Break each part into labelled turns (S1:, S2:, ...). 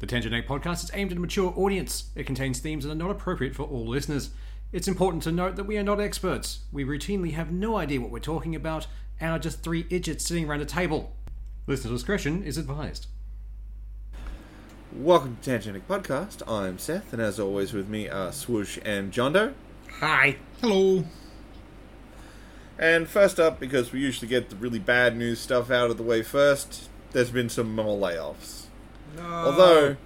S1: The Tangent Egg podcast is aimed at a mature audience. It contains themes that are not appropriate for all listeners. It's important to note that we are not experts. We routinely have no idea what we're talking about and are just three idiots sitting around a table. Listener discretion is advised.
S2: Welcome to Tangenic Podcast. I'm Seth, and as always, with me are Swoosh and Jondo.
S1: Hi.
S3: Hello.
S2: And first up, because we usually get the really bad news stuff out of the way first, there's been some more layoffs. Although,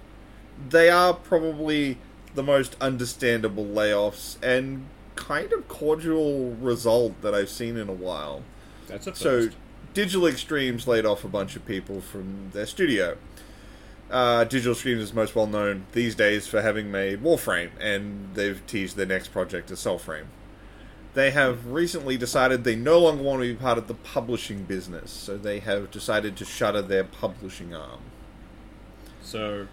S2: they are probably the most understandable layoffs and kind of cordial result that I've seen in a while.
S3: That's a
S2: So,
S3: first.
S2: Digital Extremes laid off a bunch of people from their studio. Uh, Digital Extremes is most well known these days for having made Warframe, and they've teased their next project as Soulframe. They have recently decided they no longer want to be part of the publishing business, so they have decided to shutter their publishing arm.
S3: So,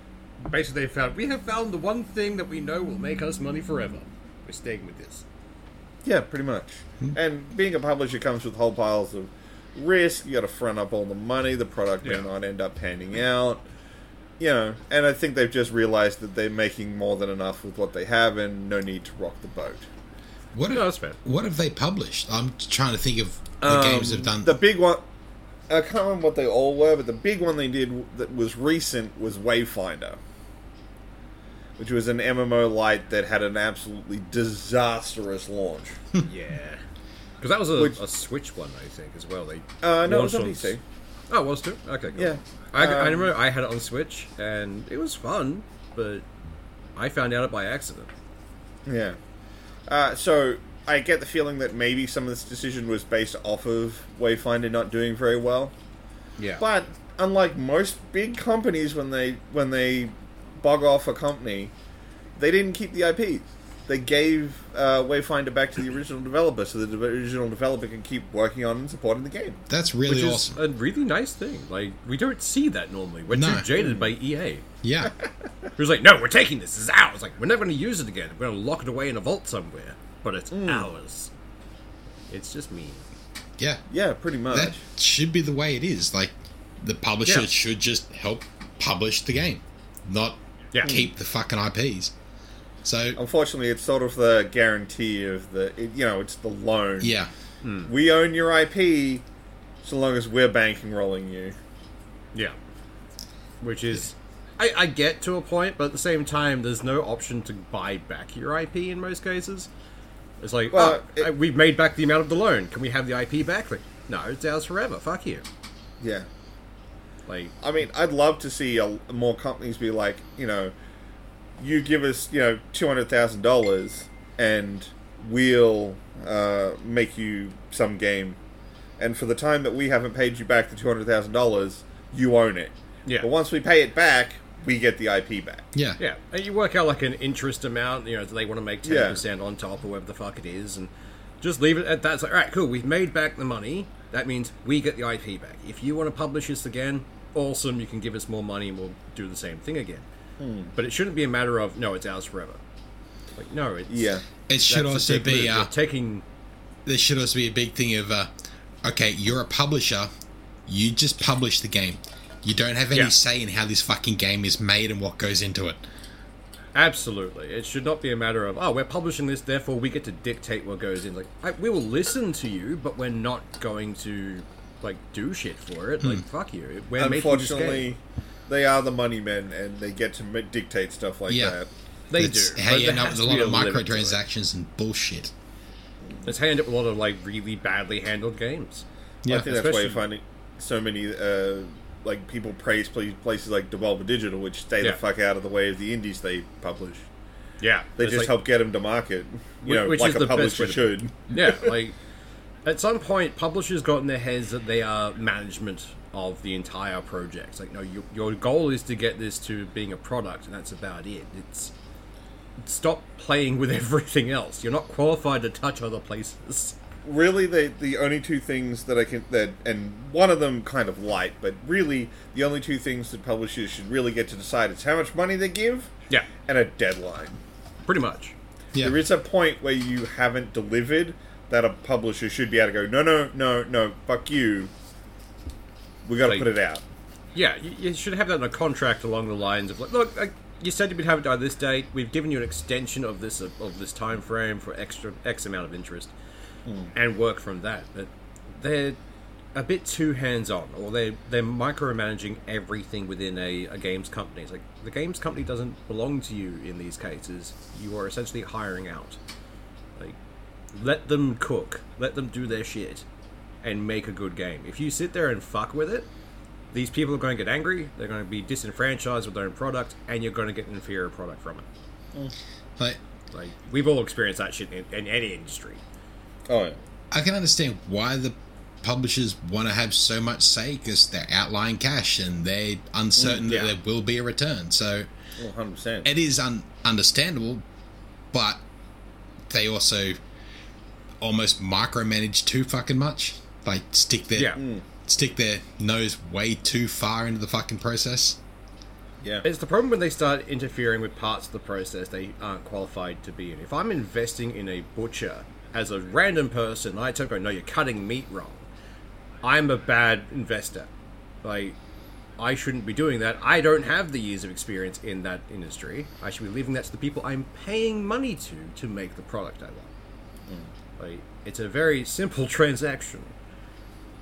S3: basically, they found we have found the one thing that we know will make us money forever. We're staying with this.
S2: Yeah, pretty much. And being a publisher comes with whole piles of risk. You got to front up all the money. The product
S3: Yeah.
S2: may not end up panning out. You know, and I think they've just realized that they're making more than enough with what they have, and no need to rock the boat.
S4: What
S3: No,
S4: have,
S3: that's fair.
S4: what have they published? I'm trying to think of the games they've done.
S2: The big one. I can't remember what they all were, but the big one they did that was recent was Wayfinder, which was an MMO light that had an absolutely disastrous launch.
S3: yeah. Because that was a,
S2: Which-
S3: a Switch one, I think, as well. They
S2: Uh, no, it was
S3: launched
S2: on PC.
S3: Oh, it was too? Okay, good.
S2: Yeah.
S3: I, I
S2: Um,
S3: remember I had it on Switch, and it was fun, but I found out it by accident.
S2: Yeah. Uh, so I get the feeling that maybe some of this decision was based off of Wayfinder not doing very well.
S3: Yeah.
S2: But unlike most big companies, when they when they bog off a company, they didn't keep the IP. They gave uh, Wayfinder back to the original developer, so the de- original developer can keep working on and supporting the game.
S4: That's
S3: which
S4: really
S3: is
S4: awesome.
S3: a really nice thing. Like, we don't see that normally. We're
S4: No.
S3: too jaded by E EA.
S4: yeah.
S3: Who's like, no, we're taking this. This is ours. Like, we're never going to use it again. We're going to lock it away in a vault somewhere. But it's ours. It's just mean.
S4: Yeah.
S2: Yeah, pretty much.
S4: That should be the way it is. Like, the publisher
S3: Yeah.
S4: should just help publish the game, not
S3: Yeah.
S4: keep the fucking IPs. So,
S2: Unfortunately, it's sort of the guarantee of the it, you know it's the loan.
S4: yeah.
S2: we own your IP, so long as we're banking rolling you.
S3: Yeah. Which is, I, I get to a point, but at the same time, there's no option to buy back your IP in most cases. It's like,
S2: Well,
S3: oh,
S2: it-
S3: I- we've made back the amount of the loan. Can we have the IP back? Like, no, it's ours forever. Fuck you.
S2: Yeah.
S3: Like,
S2: I mean, I'd love to see a, more companies be like, you know, you give us, you know, two hundred thousand dollars, and we'll uh, make you some game, and for the time that we haven't paid you back the two hundred thousand dollars, you own it.
S3: Yeah.
S2: But once we pay it back, we get the IP back.
S4: Yeah.
S3: yeah, and you work out like an interest amount. You know, they want to make ten percent on top or whatever the fuck it is, and just leave it at that. It's like, all right, cool. We've made back the money. That means we get the IP back. If you want to publish this again, awesome. You can give us more money, and we'll do the same thing again. But it shouldn't be a matter of no, it's ours forever. Like no, it's
S2: Yeah.
S4: It
S3: that's
S4: should
S3: the
S4: also
S3: dick move.
S4: be.
S3: You're
S4: Uh,
S3: taking.
S4: there should also be a big thing of, uh, okay, you're a publisher. You just publish the game. You don't have any
S3: Yeah.
S4: say in how this fucking game is made and what goes into it.
S3: Absolutely, it should not be a matter of oh, we're publishing this, therefore we get to dictate what goes in. Like I, we will listen to you, but we're not going to like do shit for it. Like fuck you, we're making this game.
S2: Unfortunately, they are the money men, and they get to ma- dictate stuff like
S4: Yeah.
S2: that.
S3: They
S4: That's
S3: do.
S4: how
S3: but
S4: you
S3: there
S4: end up
S3: has
S4: with a
S3: to
S4: lot
S3: be limit
S4: of
S3: to it.
S4: microtransactions and bullshit.
S3: It's how you end up with a lot of like really badly handled games.
S2: I think that's why
S3: Especially-
S2: you're finding so many uh, like people praise pla- places like Devolver Digital, which stay
S3: Yeah.
S2: the fuck out of the way of the indies they publish.
S3: Yeah,
S2: They just help get them to market, you
S3: Whi-
S2: know,
S3: which
S2: like
S3: is
S2: a
S3: the best
S2: publisher
S3: way to-
S2: should.
S3: Yeah, like at some point, publishers got in their heads that they are management of the entire project. Like, no, your, your goal is to get this to being a product, and that's about it. It's stop playing with everything else. You're not qualified to touch other places.
S2: Really, the the only two things that I can that and one of them kind of light, but really the only two things that publishers should really get to decide is how much money they give,
S3: Yeah.
S2: and a deadline.
S3: Pretty much.
S4: Yeah.
S2: There is a point where you haven't delivered that a publisher should be able to go, no, no, no, no, fuck you. We got to
S3: Like-
S2: put it out.
S3: Yeah, you, you should have that in a contract along the lines of like, look, like, you said you would have it by this date. We've given you an extension of this of, of this time frame for extra x amount of interest, and work from that. But they're a bit too hands on, or they they're micromanaging everything within a, a games company. It's like the games company doesn't belong to you in these cases. You are essentially hiring out. Like, let them cook, let them do their shit, and make a good game. If you sit there and fuck with it, these people are going to get angry. They're going to be disenfranchised with their own product, and you're going to get an inferior product from it.
S4: Like,
S3: Like we've all experienced that shit in, in any industry.
S2: Oh, yeah.
S4: I can understand why the publishers want to have so much say because they're outlying cash and they're uncertain
S3: yeah.
S4: that there will be a return. So
S2: Well, 100%.
S4: it is un- understandable, but they also almost micromanage too fucking much. Like stick their
S3: Yeah. Mm.
S4: stick their nose way too far into the fucking process.
S2: yeah.
S3: It's the problem when they start interfering with parts of the process they aren't qualified to be in. If I'm investing in a butcher as a random person, I tell people, no, you're cutting meat wrong. I'm a bad investor. Like, I shouldn't be doing that. I don't have the years of experience in that industry. I should be leaving that to the people I'm paying money to to make the product I want. Like, it's a very simple transaction.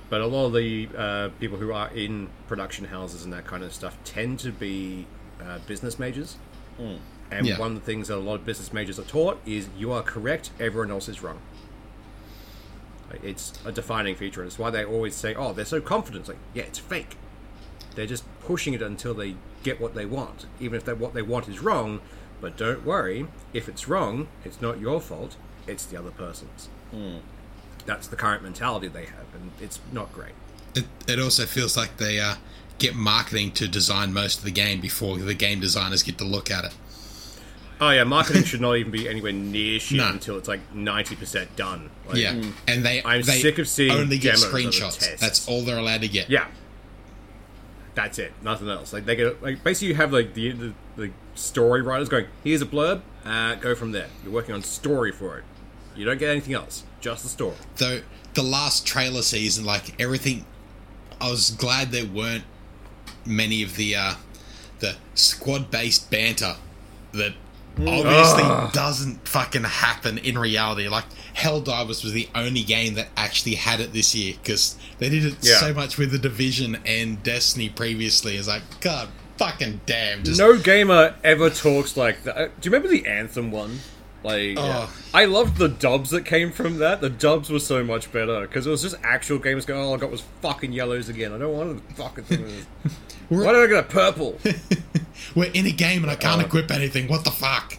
S3: But a lot of the uh, people who are in production houses and that kind of stuff tend to be uh, business majors. And
S4: Yeah.
S3: one of the things that a lot of business majors are taught is you are correct, everyone else is wrong. Like, It's a defining feature, and it's why they always say, "Oh, they're so confident." It's like, yeah, it's fake. They're just pushing it until they get what they want, even if that what they want is wrong. But don't worry, if it's wrong, it's not your fault; it's the other person's.
S4: Hmm.
S3: That's the current mentality they have, and it's not great.
S4: It, it also feels like they uh, get marketing to design most of the game before the game designers get to look at it.
S3: Oh yeah, marketing should not even be anywhere near shit
S4: No.
S3: until it's like ninety percent done. Like,
S4: Yeah, and they
S3: I'm
S4: they
S3: sick of seeing
S4: only get
S3: demos of the
S4: screenshots.
S3: tests.
S4: That's all they're allowed to get.
S3: Yeah. That's it. Nothing else. Like they get like basically you have like the the, the story writers going, here's a blurb, uh, go from there. You're working on story for it. You don't get anything else, just the story.
S4: Though the last trailer season, like everything, I was glad there weren't many of the uh, the squad based banter that obviously
S3: Ah.
S4: doesn't fucking happen in reality. Like Helldivers was the only game that actually had it this year because they did it
S3: Yeah.
S4: so much with the Division and Destiny previously. It's like God fucking damn, just
S3: No gamer ever talks like that. Uh, Do you remember the Anthem one? Like,
S4: Oh.
S3: I loved the dubs that came from that. The dubs were so much better because it was just actual gamers going, "Oh, all I got was fucking yellows again. I don't want the fucking thing. Why did I get a purple?"
S4: we're in a game and I can't
S3: Uh.
S4: equip anything. What the fuck?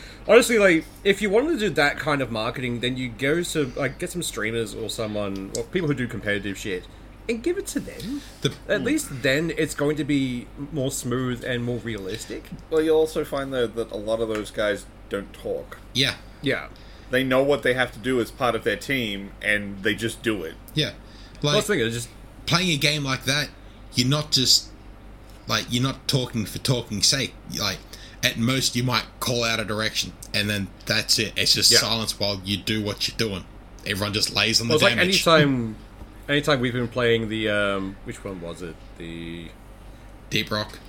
S3: Honestly, like if you wanted to do that kind of marketing, then you go to like get some streamers or someone or people who do competitive shit and give it to them.
S4: The-
S3: At least then it's going to be more smooth and more realistic.
S2: Well, you'll also find, though, that a lot of those guys don't talk.
S4: yeah,
S3: Yeah.
S2: They know what they have to do as part of their team, and they just do it.
S4: yeah. Like,
S3: Last thing is just
S4: playing a game like that, you're not just like you're not talking for talking's sake. You- Like at most, you might call out a direction, and then that's it. It's just
S3: Yeah.
S4: silence while you do what you're doing. Everyone just lays on the
S3: Well, it's like
S4: damage.
S3: anytime, anytime we've been playing the um, which one was it? The
S4: Deep Rock.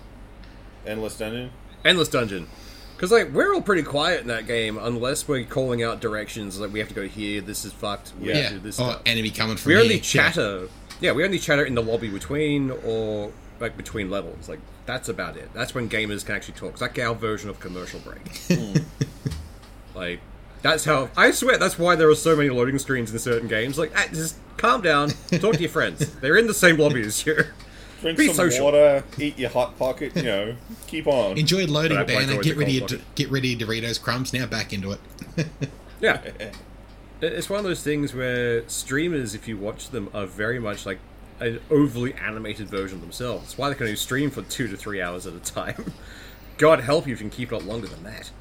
S2: Endless Dungeon?
S3: endless dungeon. Because like we're all pretty quiet in that game unless we're calling out directions like we have to go here. This is fucked. We have
S4: Yeah.
S3: to do this.
S4: Or
S3: stuff.
S4: enemy coming from
S3: we
S4: here.
S3: only
S4: Yeah.
S3: chatter. Yeah. we only chatter in the lobby between or like between levels. Like that's about it. That's when gamers can actually talk. It's like our version of commercial break. like that's how I swear that's why there are so many loading screens in certain games. Like ah, just calm down, talk to your friends. They're in the same lobby as you.
S2: Drink
S3: Be
S2: some
S3: social.
S2: water, eat your hot pocket, you know, keep on.
S4: Enjoy loading
S3: But I played
S4: banner.
S3: Toys
S4: Get
S3: of
S4: rid of your,
S3: Cold
S4: d- get rid of your Doritos crumbs. Now back into it.
S3: Yeah. It- It's one of those things where streamers, if you watch them, are very much like an overly animated version of themselves. That's why they can only stream for two to three hours at a time. God help you if you can keep it up longer than that.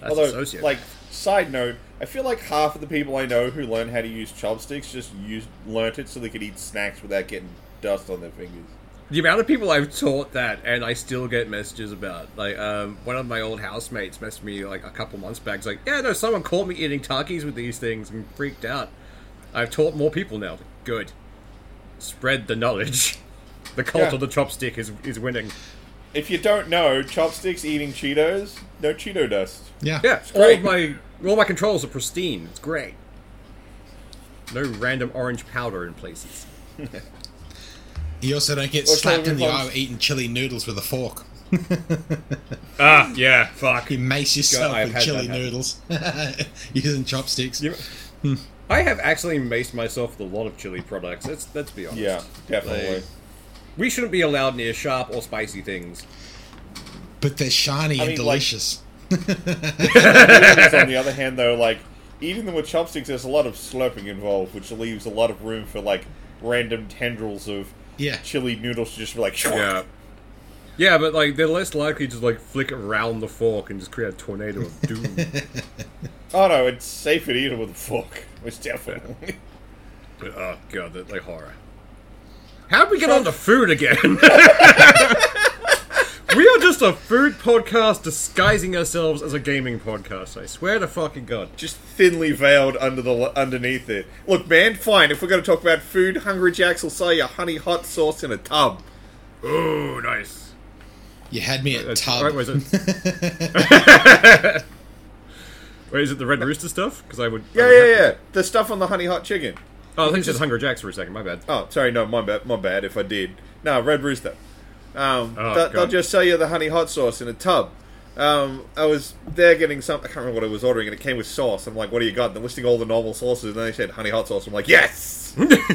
S3: That's a
S2: Although,
S3: sociopath.
S2: like, side note, I feel like half of the people I know who learn how to use chopsticks just used learnt it so they could eat snacks without getting dust on their fingers.
S3: The amount of people I've taught that, and I still get messages about. Like, um, one of my old housemates messaged me like a couple months back. He's like, "Yeah, no, someone caught me eating Takis with these things and freaked out." I've taught more people now. Good. spread the knowledge. The cult
S2: Yeah.
S3: of the chopstick is is winning.
S2: If you don't know, chopsticks eating Cheetos, no Cheeto dust.
S4: Yeah.
S3: Yeah,
S2: It's
S3: all
S2: great.
S3: of my all my controls are pristine. It's great. No random orange powder in places.
S4: You also don't get
S2: Or
S4: slapped in
S2: Solomon
S4: the eye
S2: Bones.
S4: eating chili noodles with a fork.
S3: Ah, yeah, fuck.
S4: You mace yourself
S3: I've
S4: with
S3: had that
S4: chili
S3: happen.
S4: noodles using chopsticks.
S3: You- I have actually maced myself with a lot of chili products. Let's let's be honest.
S2: Yeah, definitely.
S3: Like, we shouldn't be allowed near sharp or spicy things.
S4: But they're shiny and
S2: mean, like-
S4: delicious.
S2: Noodles, on the other hand, though, like eating them with chopsticks, there's a lot of slurping involved, which leaves a lot of room for like random tendrils of
S4: Yeah.
S2: chili noodles to just be like,
S3: Yeah, but like they're less likely to like flick around the fork and just create a tornado of doom.
S2: oh no, it's safer to eat it with a fork. Which definitely.
S3: But, oh god, that like horror. How'd we get on to food again? we are just a food podcast disguising ourselves as a gaming podcast. I swear to fucking god.
S2: just thinly veiled under the underneath it. Look, man, fine. If we're going to talk about food, Hungry Jacks will sell you honey hot sauce in a tub.
S3: Oh, nice.
S4: You had me at
S3: That's-
S4: tub.
S3: Right, was it? Wait, is it the Red Rooster stuff? Because I would. I
S2: Yeah,
S3: would
S2: yeah,
S3: have to-
S2: yeah. The stuff on the honey hot chicken.
S3: Oh, I think it's Hunger Jacks for a second. My bad.
S2: Oh, sorry, no, my bad. My bad. If I did, no, Red Rooster. Um,
S3: Oh,
S2: they'll- they'll
S3: God.
S2: just sell you the honey hot sauce in a tub. Um, I was there getting some. I can't remember what I was ordering, and it came with sauce. I'm like, "What do you got?" And they're listing all the normal sauces, and then they said honey hot sauce. I'm like, "Yes, yes,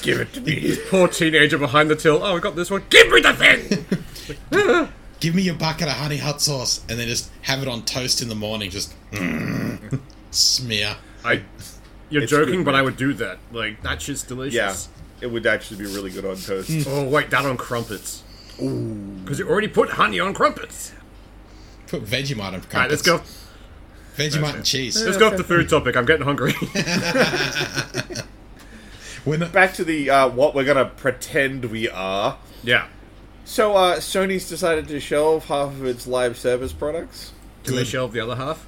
S2: give it to me."
S3: Poor teenager behind the till. Oh, I got this one. Give me the thing.
S4: Give me your bucket of honey hot sauce and then just have it on toast in the morning. Just mm, smear.
S3: I. You're
S2: It's
S3: joking,
S2: good,
S3: but
S2: man.
S3: I would do that. Like that shit's delicious.
S2: yeah, it would actually be really good on toast.
S3: Oh wait, that on crumpets. Ooh. Because you already put honey on crumpets.
S4: Put Vegemite on crumpets.
S3: All right, let's go.
S4: Vegemite and cheese.
S3: Let's go off the food topic. I'm getting hungry.
S4: We're not-
S2: back to the uh, what we're gonna pretend we are.
S3: yeah.
S2: So uh, Sony's decided to shelve half of its live service products.
S3: Do they shelve the other half?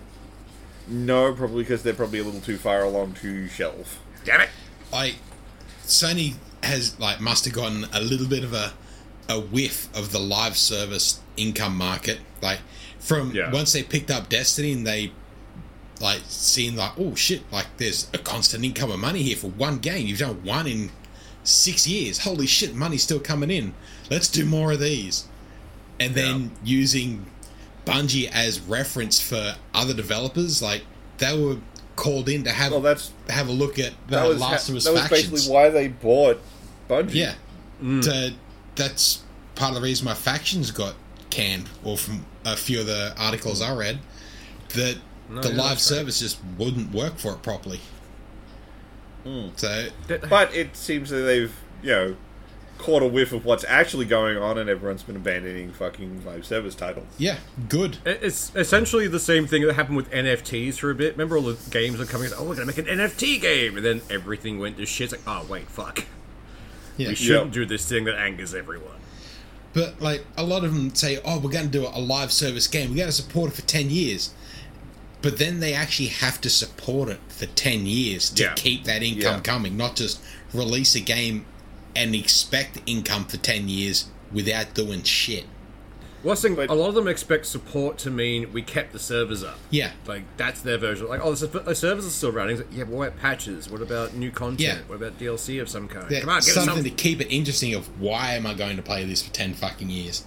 S2: No, probably because they're probably a little too far along to shelve.
S3: Damn it.
S4: I Sony has like must have gotten a little bit of a a whiff of the live service income market. Like from
S3: Yeah.
S4: once they picked up Destiny and they like seen like oh shit like there's a constant income of money here for one game. You've done one in six years. Holy shit, money's still coming in. Let's do more of these. And then using Bungie as reference for other developers, like they were called in to have
S2: Well, that's
S4: have a look at the
S2: that was ha-
S4: Last
S2: that
S4: of Us
S2: was
S4: factions.
S2: basically why Mm. they bought Bungie.
S4: yeah, So that's part of the reason my factions got canned, or from a few of the articles I read, that the
S3: yeah,
S4: live
S3: that's right.
S4: service just wouldn't work for it properly.
S2: Mm.
S4: So
S2: but it seems that they've you know caught a whiff of what's actually going on, and everyone's been abandoning fucking live service titles.
S4: yeah, good.
S3: It- It's essentially the same thing that happened with NFTs for a bit. Remember all the games are coming out, oh, we're going to make an NFT game. And then everything went to shit. It's like, oh, wait, fuck.
S4: Yeah.
S3: We shouldn't do this thing that angers everyone.
S4: But like a lot of them say, "Oh, we're going to do a live service game. We're going to support it for ten years," but then they actually have to support it for ten years to
S3: Yeah.
S4: keep that income
S2: Yeah.
S4: coming, not just release a game and expect income for ten years without doing shit.
S3: Well, that's the thing,
S2: But-
S3: a lot of them expect support to mean we kept the servers up.
S4: Yeah.
S3: Like, that's their version. Like, oh, the ser- the servers are still running. It's like, yeah, but what about patches? What about new content?
S4: Yeah.
S3: What about DLC of some kind?
S4: Yeah,
S3: Come on, give us
S4: something
S3: something.
S4: to keep it interesting. Of why am I going to play this for ten fucking years?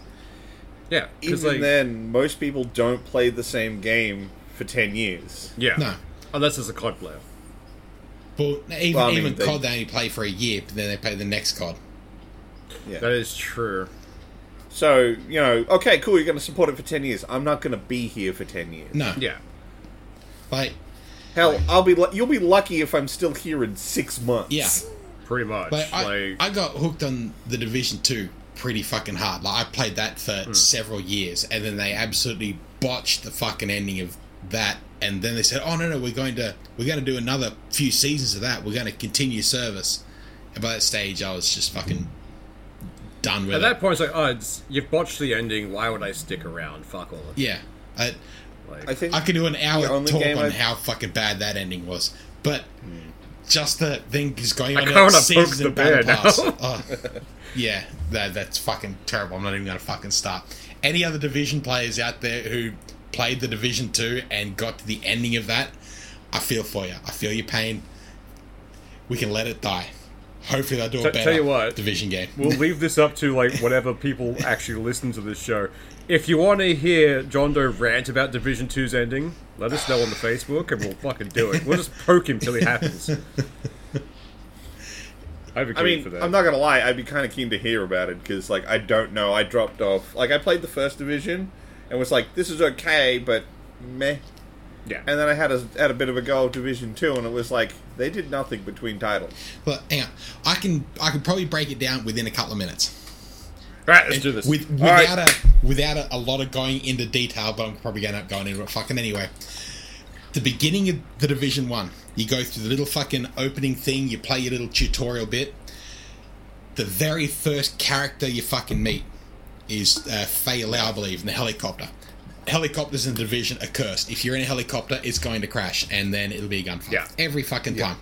S3: Yeah, because
S2: Even
S3: like,
S2: then, most people don't play the same game for ten years.
S3: yeah,
S4: No.
S3: unless it's a COD player.
S4: Well, even
S2: Well, I mean,
S4: even
S2: they-
S4: COD they only play for a year, but then they play the next COD.
S3: That is true.
S2: So you know, okay, cool. You're going to support it for ten years. I'm not going to be here for ten years.
S4: No,
S3: Yeah,
S4: like
S2: Hell, I'll be. Lu- you'll be lucky if I'm still here in six months.
S4: yeah.
S3: pretty much.
S4: Like, I,
S3: like,
S4: I got hooked on the Division Two pretty fucking hard. Like I played that for
S3: Hmm.
S4: several years, and then they absolutely botched the fucking ending of that. And then they said, "Oh no, no, we're going to we're going to do another few seasons of that. We're going to continue service." And by that stage, I was just fucking done with
S3: at
S4: it.
S3: that point, it's like, oh, it's, you've botched the ending. Why would I stick around? Fuck all of it.
S4: yeah, I
S3: Like,
S2: I think
S4: I could do an hour
S2: The only
S4: talk
S2: game
S4: on
S2: I've-
S4: how fucking bad that ending was, but just the thing is going on.
S3: I
S4: about
S3: kinda
S4: seasons
S3: poked
S4: and
S3: the bear
S4: battle pass.
S3: now.
S4: Oh, yeah, that, that's fucking terrible. I'm not even going to fucking start. Any other Division players out there who played the Division 2 and got to the ending of that, I feel for you. I feel your pain. We can let it die. Hopefully they'll do a
S3: T-
S4: better
S3: tell you what.
S4: Division game.
S3: We'll leave this up to like whatever people actually listen to this show. If you want to hear John Doe rant about Division 2's ending, let us know on the Facebook and we'll fucking do it. We'll just poke him till he happens. I've agreed
S2: I mean,
S3: for that.
S2: I'm not gonna lie. I'd be kind of keen to hear about it because, like, I don't know. I dropped off. Like, I played the first division and was like, "This is okay, but meh."
S3: yeah.
S2: And then I had a had a bit of a go of Division Two, and it was like they did nothing between titles.
S4: Well, hang on. I can I can probably break it down within a couple of minutes.
S3: Alright, let's do this.
S4: With,
S2: All right.
S4: without a without a, a lot of going into detail, but I'm probably going to go into it fucking anyway. The beginning of the division one, you go through the little fucking opening thing, you play your little tutorial bit. The very first character you fucking meet is uh, Faye Lau, I believe, in the helicopter. Helicopters in the division are cursed. If you're in a helicopter, it's going to crash, and then it'll be a gunfight
S3: Yeah.
S4: every fucking time.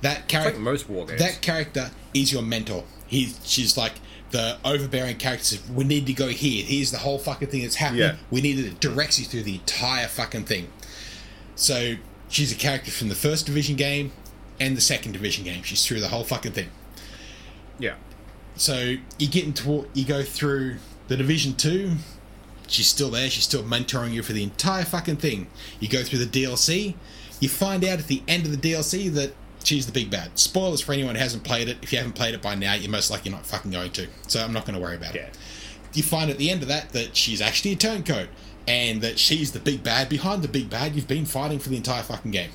S4: That
S3: like
S4: character,
S3: most war games.
S4: that character is your mentor. He's she's like the overbearing character. says, We need to go here. Here's the whole fucking thing that's happening.
S2: Yeah.
S4: We need it. Directs you through the entire fucking thing. So she's a character from the first division game and the second division game. She's through the whole fucking thing.
S3: yeah.
S4: So you get into you go through the division two. She's still there. She's still mentoring you for the entire fucking thing. You go through the DLC. You find out at the end of the DLC that she's the big bad. Spoilers for anyone who hasn't played it. If you haven't played it by now, you're most likely not fucking going to. So I'm not going to worry about
S3: Yeah.
S4: it. You find at the end of that that she's actually a turncoat and that she's the big bad behind the big bad you've been fighting for the entire fucking game.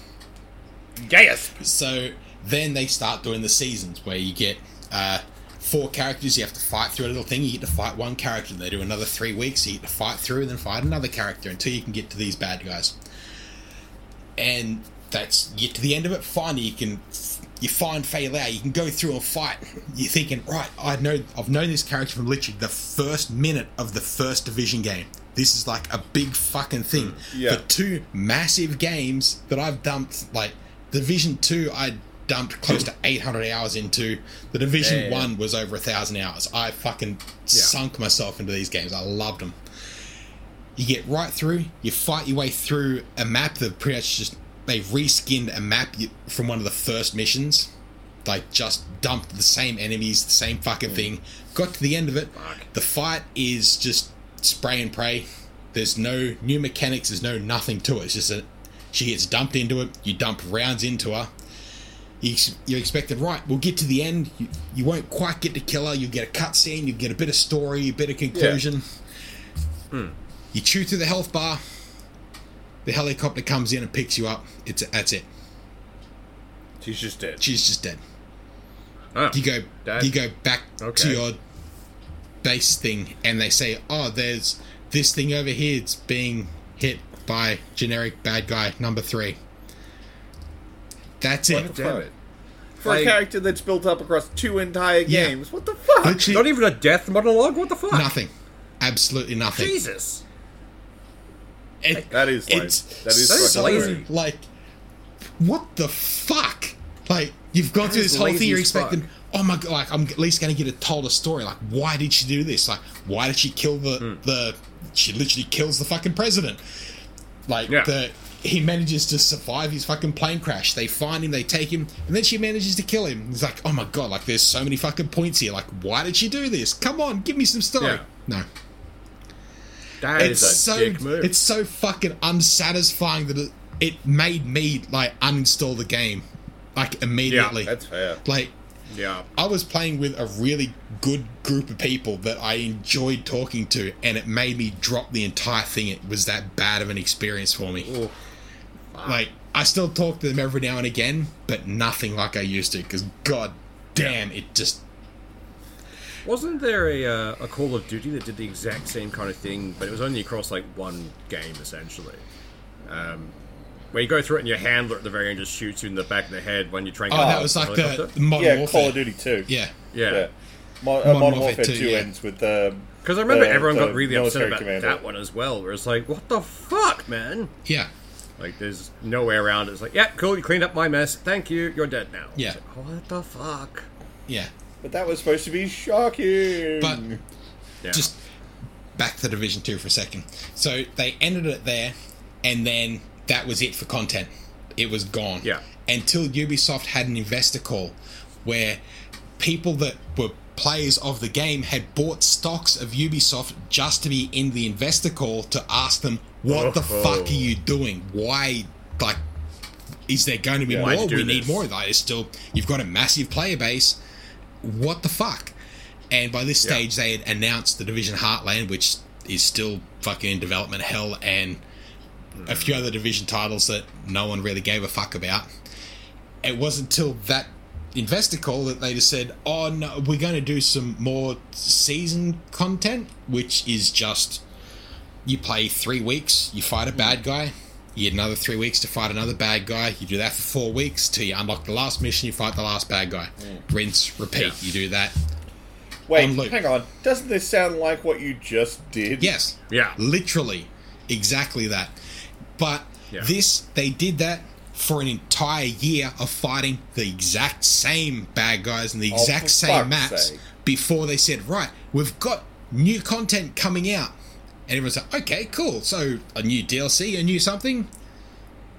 S3: Yes.
S4: So then they start doing the seasons where you get uh, four characters, you have to fight through a little thing, you get to fight one character, and they do another three weeks, you get to fight through and then fight another character until you can get to these bad guys. And that's you get to the end of it, finally you can you find Fei Lao, you can go through and fight. You're thinking, right, I know I've known this character from literally the first minute of the first division game. This is like a big fucking thing.
S2: Mm, Yeah.
S4: For two massive games that I've dumped, like Division Two, I dumped close to 800 hours into. The Division
S2: Yeah, yeah, yeah.
S4: One was over a thousand hours. I fucking sunk myself into these games. I loved them. You get right through. You fight your way through a map that pretty much just they reskinned a map you- from one of the first missions. Like just dumped the same enemies, the same fucking thing. Got to the end of it. The fight is just spray and pray. There's no new mechanics. There's no nothing to it. It's just a she gets dumped into it. You dump rounds into her. You, ex- you're expected, right? We'll get to the end. You, you won't quite get to kill her. You'll get a cutscene. You'll get a bit of story, a bit of conclusion.
S3: Hmm.
S4: You chew through the health bar. The helicopter comes in and picks you up. It's that's it.
S2: She's just dead.
S4: She's just dead.
S3: Oh.
S4: You go.
S3: Dead.
S4: You go back
S3: Okay.
S4: to your base thing, and they say, "Oh, there's this thing over here. It's being hit by generic bad guy number three. That's it.
S3: Damn it.
S2: For
S3: Like-
S2: a character that's built up across two entire
S4: Yeah.
S2: games, what the fuck?
S4: Literally
S3: Not even a death monologue? What the fuck?
S4: nothing. Absolutely nothing.
S3: Jesus.
S4: It-
S2: That is like,
S4: It's
S2: that is
S4: so
S2: fucking
S3: lazy.
S2: weird.
S4: like what the fuck like you've gone through
S3: is
S4: this whole
S3: lazy
S4: thing you're
S3: as fuck.
S4: expecting oh my god like i'm at least going to get a told a story like why did she do this like why did she kill the
S2: Hmm.
S4: the she literally kills the fucking president like
S3: Yeah.
S4: the he manages to survive his fucking plane crash. They find him, they take him, and then she manages to kill him. It's like, oh my god, like there's so many fucking points here. Like, why did she do this? Come on, give me some story.
S3: Yeah.
S4: No,
S3: That
S4: it's
S3: is a
S4: so
S3: dick move.
S4: it's so fucking unsatisfying that it, it made me like uninstall the game like immediately.
S2: That's fair.
S4: like
S3: yeah.
S4: I was playing with a really good group of people that I enjoyed talking to, and it made me drop the entire thing. It was that bad of an experience for me. like I still talk to them every now and again, but nothing like I used to. Because god damn, it just
S3: Wasn't there a, uh, a Call of Duty that did the exact same kind of thing, but it was only across like one game essentially? Um, where you go through it and your handler at the very end just shoots you in the back of the head when you're trying
S4: oh,
S3: to.
S4: that was like the, the
S3: helicopter?
S4: modern
S2: Yeah,
S4: warfare.
S2: Call of Duty Two.
S4: Yeah,
S3: Yeah.
S2: yeah. Mo- uh,
S4: Modern
S2: Modern,
S4: Warfare
S2: Warfare,
S4: 2,
S2: Two
S4: yeah.
S2: ends with the
S3: Because I remember
S2: the-
S3: everyone
S2: the
S3: got really
S2: military
S3: upset about
S2: commander.
S3: that one as well, where it's like, what the fuck, man?
S4: yeah.
S3: Like, there's no way around it. It's like, yeah, cool, you cleaned up my mess. Thank you, you're dead now.
S4: Yeah.
S3: It's like, what the fuck?
S4: Yeah.
S2: But that was supposed to be shocking.
S4: But
S3: Yeah.
S4: just back to Division Two for a second. So they ended it there, and then that was it for content. It was gone.
S3: Yeah.
S4: Until Ubisoft had an investor call, where people that were players of the game had bought stocks of Ubisoft just to be in the investor call to ask them, "What the
S2: Oh.
S4: fuck are you doing? Why like?" Is there going to be
S3: Why'd
S4: more?
S3: you do
S4: We need
S3: this?
S4: more. Like, it's still, you've got a massive player base what the fuck? And by this stage, they had announced the Division Heartland, which is still fucking in development hell, and a few other Division titles that no one really gave a fuck about. It wasn't till that investor call that they just said, "Oh no, we're going to do some more season content, which is just you play three weeks, you fight a bad guy." You get another three weeks to fight another bad guy. You do that for four weeks till you unlock the last mission. You fight the last bad guy. Rinse, repeat. You do that.
S2: Wait,
S4: on loop.
S2: hang on. Doesn't this sound like what you just did?
S4: Yes.
S3: Yeah.
S4: Literally, exactly that. But
S3: Yeah.
S4: this, they did that for an entire year of fighting the exact same bad guys and
S3: Oh,
S4: the exact
S2: for
S4: same
S2: fuck's
S4: maps
S2: sake.
S4: before they said, right, we've got new content coming out. And everyone's like, okay, cool. So a new DLC, a new something?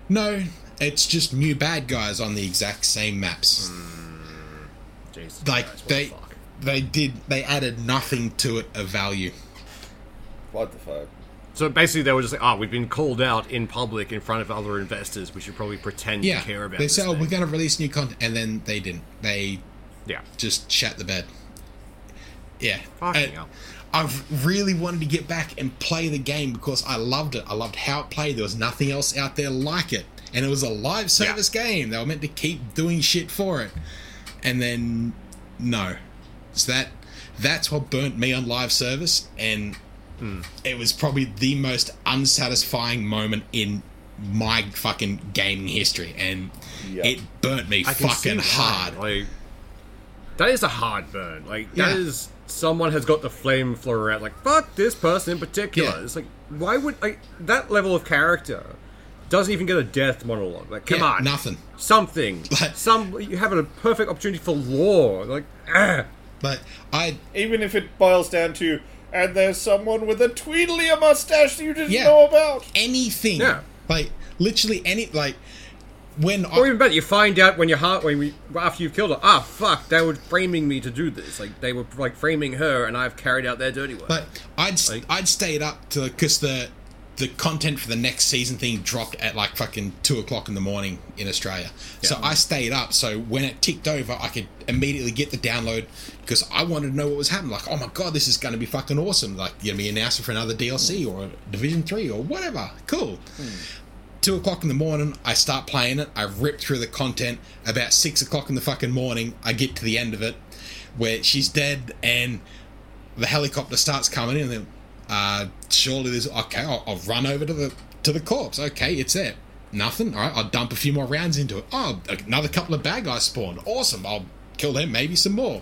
S4: No, it's just new bad guys on the exact same maps
S3: Jesus
S4: like
S3: Christ, Mm, what
S4: they
S3: the fuck?
S4: they did they added nothing to it of value
S2: What the fuck?
S3: So basically, they were just like, "Ah, we've been called out in public in front of other investors. We should probably pretend
S4: yeah
S3: to care about
S4: they
S3: this
S4: said oh,
S3: thing."
S4: we're going to release new content and then they didn't they
S3: yeah,
S4: just shat the bed yeah
S3: Fucking
S4: And
S3: hell.
S4: i've really wanted to get back and play the game because i loved it i loved how it played there was nothing else out there like it and it was a live service game they were meant to keep doing shit for it and then no so that that's what burnt me on live service and
S3: Hmm.
S4: it was probably the most unsatisfying moment in my fucking gaming history and
S2: Yep.
S4: it burnt me
S3: I can
S4: fucking
S3: see why.
S4: hard
S3: Like that is a hard burn. Like that
S4: Yeah.
S3: is someone has got the flame flare out. Like fuck this person in particular.
S4: Yeah.
S3: It's like why would like that level of character doesn't even get a death monologue. Like come
S4: Yeah,
S3: on,
S4: nothing.
S3: something,
S4: Like-
S3: some you have a perfect opportunity for lore. Like ah,
S4: but i
S2: Even if it boils down to, and there's someone with a tweedly a mustache that you didn't
S4: Yeah.
S2: know about.
S4: anything
S3: Yeah.
S4: like literally any like when
S3: or
S4: I,
S3: even better, you find out when your heart when we after you've killed her. Ah fuck, they were framing me to do this. Like they were like framing her, and I've carried out their dirty work.
S4: But I'd st
S3: Like-
S4: I'd stayed up to because the the content for the next season thing dropped at like fucking two o'clock in the morning in Australia. So I stayed up. So when it ticked over, I could immediately get the download because I wanted to know what was happening. Like, oh my god, this is going to be fucking awesome! Like, you're gonna be announcing for another DLC or a Division Three or whatever. Cool. Two o'clock in the morning, I start playing it. I rip through the content. About six o'clock in the fucking morning, I get to the end of it, where she's dead and the helicopter starts coming in, and then uh, surely there's okay. I'll, I'll run over to the to the corpse. Okay, it's there. Nothing. All right, I'll dump a few more rounds into it. Oh, another couple of bad guys spawned. Awesome. I'll kill them. Maybe some more.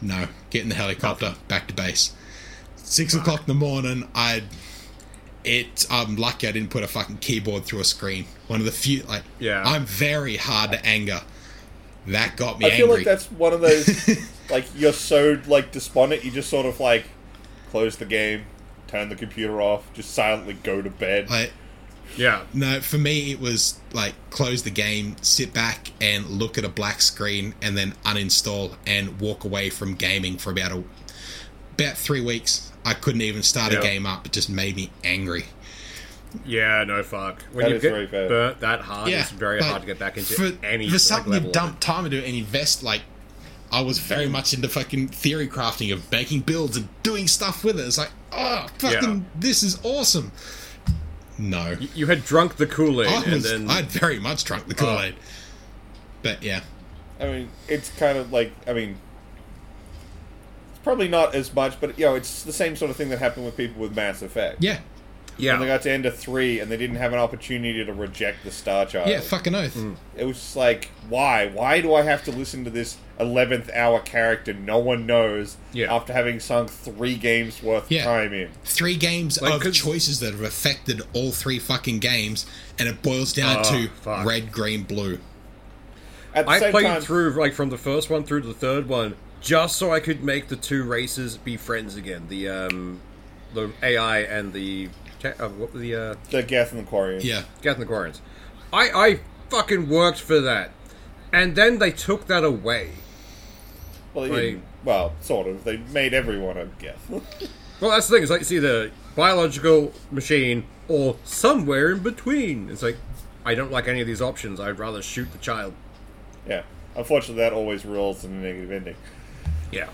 S4: No, get in the helicopter back to base. Six o'clock in the morning. I it. I'm lucky I didn't put a fucking keyboard through a screen. One of the few. Like
S3: Yeah.
S4: I'm very hard to anger. That got me
S2: I feel
S4: angry.
S2: like that's one of those, like you're so like despondent, you just sort of like close the game, turn the computer off, just silently go to bed.
S4: Like,
S3: yeah,
S4: No, for me it was like close the game, sit back and look at a black screen, and then uninstall and walk away from gaming for about a about three weeks. I couldn't even start
S3: Yeah.
S4: a game up; it just made me angry.
S3: Yeah, no fuck. When
S2: That
S3: you
S2: is
S3: get
S2: very fair.
S3: burnt that hard,
S4: yeah,
S3: it's very
S4: like,
S3: hard to get back into
S4: for,
S3: any
S4: for something
S3: like, level
S4: you
S3: of
S4: dump time into and invest. Like I was very much into fucking theory crafting of making builds and doing stuff with it. It's like, oh, fucking,
S3: Yeah.
S4: this is awesome. No,
S3: it. You had drunk the Kool Aid,
S4: I
S3: and
S4: was,
S3: then
S4: I'd very much drunk the Kool Aid. but yeah.
S2: I mean, it's kind of like I mean, it's probably not as much, but you know, it's the same sort of thing that happened with people with Mass Effect.
S4: Yeah.
S3: yeah,
S4: Oh
S2: When they got to end of three and they didn't have an opportunity to reject the Star Child.
S3: Mm.
S4: Yeah, fucking oath.
S2: It was just like, why? Why do I have to listen to this eleventh hour character no one knows
S3: Yeah.
S2: after having sunk three games worth
S4: Yeah.
S2: time in.
S4: Three games
S3: Like,
S4: of
S3: 'cause-
S4: choices that have affected all three fucking games, and it boils down
S3: Oh,
S4: to
S3: fuck.
S4: red, green, blue.
S2: At the
S3: I
S2: same
S3: played
S2: time,
S3: through like from the first one through to the third one just so I could make the two races be friends again. The um, the AI and the te- uh, what were the uh,
S2: the Geth and the Quarian.
S4: Yeah.
S3: Gath and the Quarians. I I fucking worked for that, and then they took that away.
S2: Well, they
S3: Like-
S2: didn't- well, sort of. They made everyone a Geth.
S3: Well, that's the thing. It's like it's either biological machine or somewhere in between. It's like I don't like any of these options. I'd rather shoot the child.
S2: yeah. Unfortunately, that always rules in a negative ending.
S3: Yeah.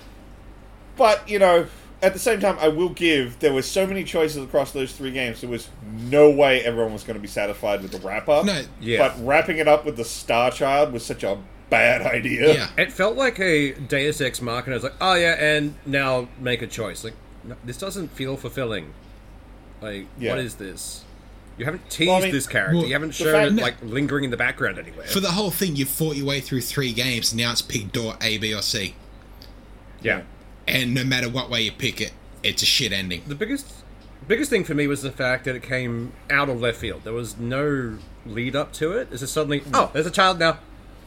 S2: But you know, at the same time, I will give there were so many choices across those three games. There was no way everyone was going to be satisfied with the wrap up.
S4: No.
S3: Yeah.
S2: But wrapping it up with the Star Child was such a bad idea.
S4: Yeah.
S3: It felt like a Deus Ex Machina. It's like, oh yeah, and now make a choice. Like, no, this doesn't feel fulfilling. Like,
S2: Yeah.
S3: what is this? You haven't teased
S2: Well, I mean-
S3: this character.
S4: Well,
S3: you haven't
S2: the
S3: shown
S2: fact-
S3: it
S2: no.
S3: like lingering in the background anywhere.
S4: For the whole thing, you fought your way through three games, and now it's pick door A, B, or C.
S3: yeah.
S4: And no matter what way you pick it, it's a shit ending.
S3: The biggest biggest thing for me was the fact that it came out of left field. There was no lead up to it. It's just suddenly, oh, there's a child now.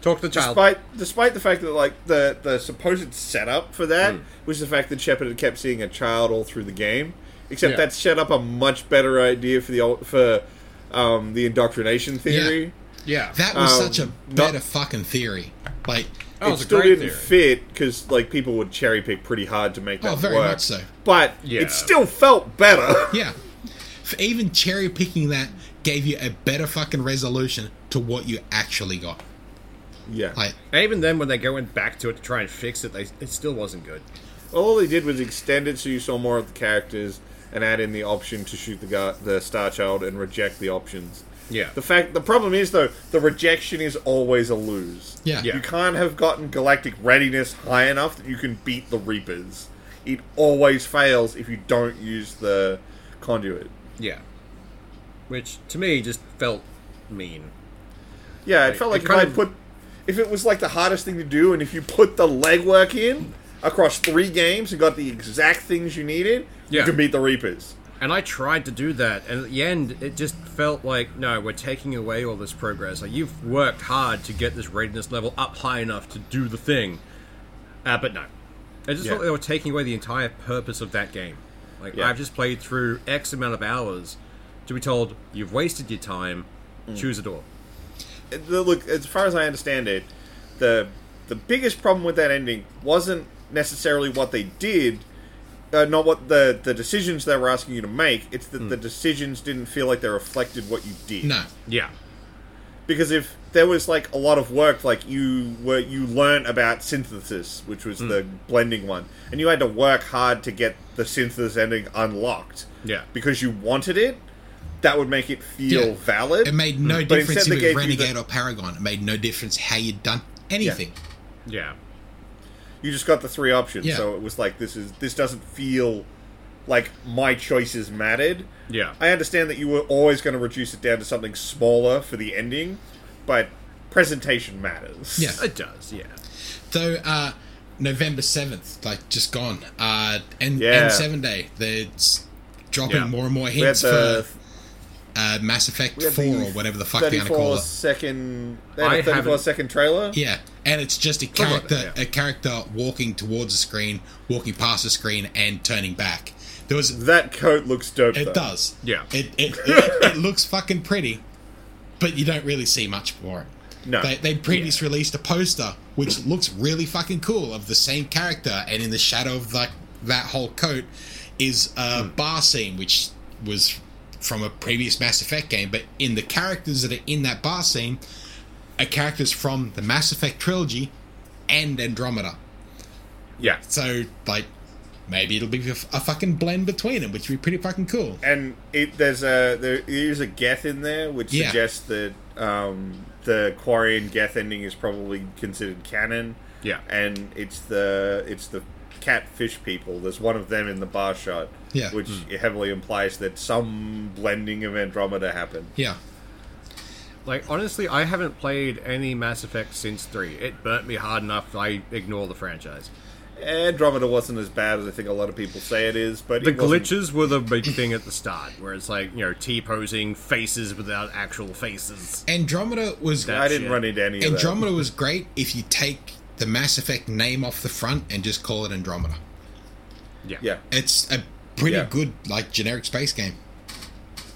S3: Talk to the child.
S2: Despite, despite the fact that like the, the supposed setup for that was the fact that Shepard had kept seeing a child all through the game, except
S3: Yeah.
S2: that set up a much better idea for the old, for um, the indoctrination theory.
S3: yeah.
S4: That was
S2: Um,
S4: such a
S2: not-
S4: better fucking theory. Like,
S3: Oh,
S2: it
S3: it's a
S2: still
S3: great
S2: didn't
S3: theory.
S2: fit because like people would cherry pick pretty hard to make that
S4: Oh, very
S2: work.
S4: much so.
S2: But
S3: Yeah.
S2: it still felt better.
S4: yeah. F- Even cherry picking that gave you a better fucking resolution to what you actually got.
S2: yeah.
S4: Like,
S3: And even then, when they go in back to it to try and fix it, they, it still wasn't good.
S2: All they did was extend it so you saw more of the characters and add in the option to shoot the guy, the Star Child and reject the options.
S3: Yeah.
S2: The fact the problem is though the rejection is always a lose.
S4: Yeah. Yeah.
S2: You can't have gotten galactic readiness high enough that you can beat the Reapers. It always fails if you don't use the conduit.
S3: Yeah. Which to me just felt mean.
S2: Yeah, it felt
S3: it
S2: like if
S3: kind
S2: I
S3: of-
S2: put if it was like the hardest thing to do and if you put the legwork in across three games and got the exact things you needed,
S3: Yeah.
S2: you can beat the Reapers.
S3: And I tried to do that, and at the end, it just felt like, no, we're taking away all this progress. Like, you've worked hard to get this readiness level up high enough to do the thing. Uh, but no. It just
S2: Yeah.
S3: felt like they were taking away the entire purpose of that game. Like,
S2: Yeah.
S3: I've just played through X amount of hours to be told, you've wasted your time, choose a door.
S2: the, look, as far as I understand it, the the biggest problem with that ending wasn't necessarily what they did, uh, not what the the decisions they were asking you to make. It's that the decisions didn't feel like they reflected what you did.
S4: no.
S3: Yeah.
S2: because if there was like a lot of work, like you were you learn about synthesis, which
S4: Mm.
S2: was the blending one, and you had to work hard to get the synthesis ending unlocked.
S3: Yeah.
S2: because you wanted it. That would make it feel
S4: Yeah.
S2: valid.
S4: It made no
S2: But instead
S4: difference
S2: they
S4: if
S2: gave
S4: it
S2: you
S4: was
S2: the-
S4: Renegade or Paragon. It made no difference how you'd done anything.
S3: Yeah.
S2: you just got the three options
S4: Yeah.
S2: so it was like this is this doesn't feel like my choices mattered
S3: Yeah.
S2: i understand that you were always going to reduce it down to something smaller for the ending but presentation matters
S4: Yeah.
S3: It does, yeah.
S4: Though uh, November seventh, like just gone, uh, and
S2: Yeah.
S4: and seven day, they're s- dropping
S3: Yeah.
S4: more and more
S2: we had
S4: hints
S2: the,
S4: for uh, Mass Effect
S2: we had
S4: Four
S2: the
S4: or whatever the fuck they're
S2: 34
S4: gonna call it.
S2: second they had
S3: I
S2: a 34
S3: haven't-
S2: second trailer
S4: Yeah, and it's just a
S3: Something like
S4: character,
S3: that, yeah.
S4: a character walking towards a screen, walking past a screen, and turning back. There was
S2: that coat looks dope though.
S4: It does.
S3: Yeah.
S4: It it, it it looks fucking pretty, but you don't really see much for it.
S2: No.
S4: They they previous released a poster which looks really fucking cool of the same character, and in the shadow of like that whole coat is a
S2: Hmm.
S4: bar scene which was from a previous Mass Effect game, but in the characters that are in that bar scene are characters from the Mass Effect trilogy and Andromeda.
S3: Yeah.
S4: So like maybe it'll be a f- a fucking blend between them, which would be pretty fucking cool.
S2: and it there's a there is a geth in there which
S4: Yeah.
S2: suggests that um, the Quarian geth ending is probably considered canon.
S3: Yeah.
S2: and it's the it's the catfish people. There's one of them in the bar shot.
S4: Yeah.
S2: which
S3: Hmm.
S2: heavily implies that some blending of Andromeda happened.
S4: Yeah.
S3: Like honestly, I haven't played any Mass Effect since three. It burnt me hard enough. I ignore the franchise.
S2: Andromeda wasn't as bad as I think a lot of people say it is, but
S3: The
S2: it wasn't-
S3: glitches were the big thing at the start, where it's like you know T posing faces without actual faces.
S4: Andromeda was
S2: I didn't
S3: shit.
S2: run into any of that.
S4: Andromeda was great if you take the Mass Effect name off the front and just call it Andromeda.
S3: Yeah,
S2: Yeah,
S4: It's a pretty
S2: Yeah.
S4: good like generic space game.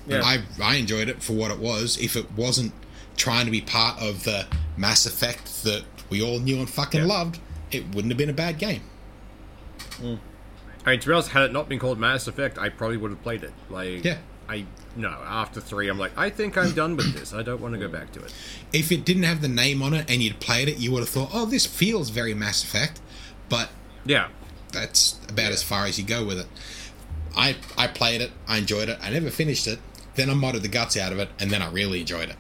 S2: yeah.
S4: I I enjoyed it for what it was. If it wasn't trying to be part of the Mass Effect that we all knew and fucking loved, it wouldn't have been a bad game.
S3: I mean, to be honest, had it not been called Mass Effect, I probably would have played it. Like,
S4: Yeah.
S3: I no. After three, I'm like, I think I'm done with this. I don't want to go back to it.
S4: If it didn't have the name on it and you'd played it, you would have thought, "Oh, this feels very Mass Effect," but
S3: Yeah,
S4: that's about as far as you go with it. I I played it, I enjoyed it, I never finished it. Then I modded the guts out of it, and then I really enjoyed it.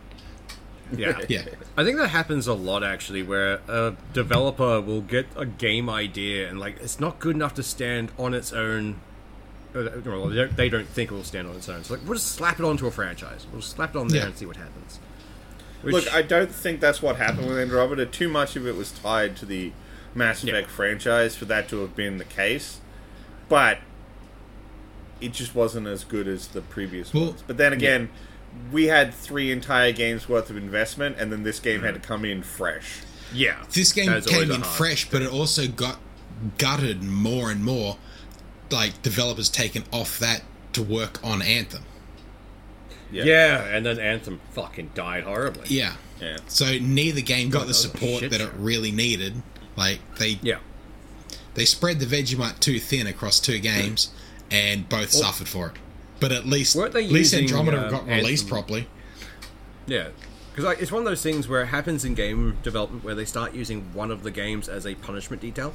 S3: yeah,
S4: Yeah,
S3: I think that happens a lot actually, where a developer will get a game idea and like it's not good enough to stand on its own. uh, Well, they don't- they don't think it will stand on its own. So like, we'll just slap it onto a franchise. We'll just slap it on there
S4: Yeah.
S3: and see what happens.
S2: Look, I don't think that's what happened with Andromeda. Too much of it was tied to the Mass
S3: Yeah.
S2: Effect franchise for that to have been the case, but it just wasn't as good as the previous
S4: Well,
S2: ones. But then again, we had three entire games worth of investment, and then this game had
S3: Mm-hmm.
S2: to come in fresh.
S3: yeah,
S4: this game
S3: that's
S4: came
S3: always a
S4: in
S3: hard-
S4: fresh, but it also got gutted more and more. Like developers taken off that to work on Anthem.
S2: Yeah.
S3: Yeah, and then Anthem fucking died horribly.
S4: Yeah.
S2: Yeah.
S4: So neither game got the
S3: that was a
S4: support
S3: shit
S4: that it
S3: show.
S4: really needed. Like they
S3: yeah.
S4: they spread the Vegemite too thin across two games, and both suffered for it. But at least
S3: Weren't they
S4: at least
S3: using,
S4: Andromeda
S3: um,
S4: got released
S3: Anthem?
S4: properly.
S3: Yeah, because like, it's one of those things where it happens in game development where they start using one of the games as a punishment detail.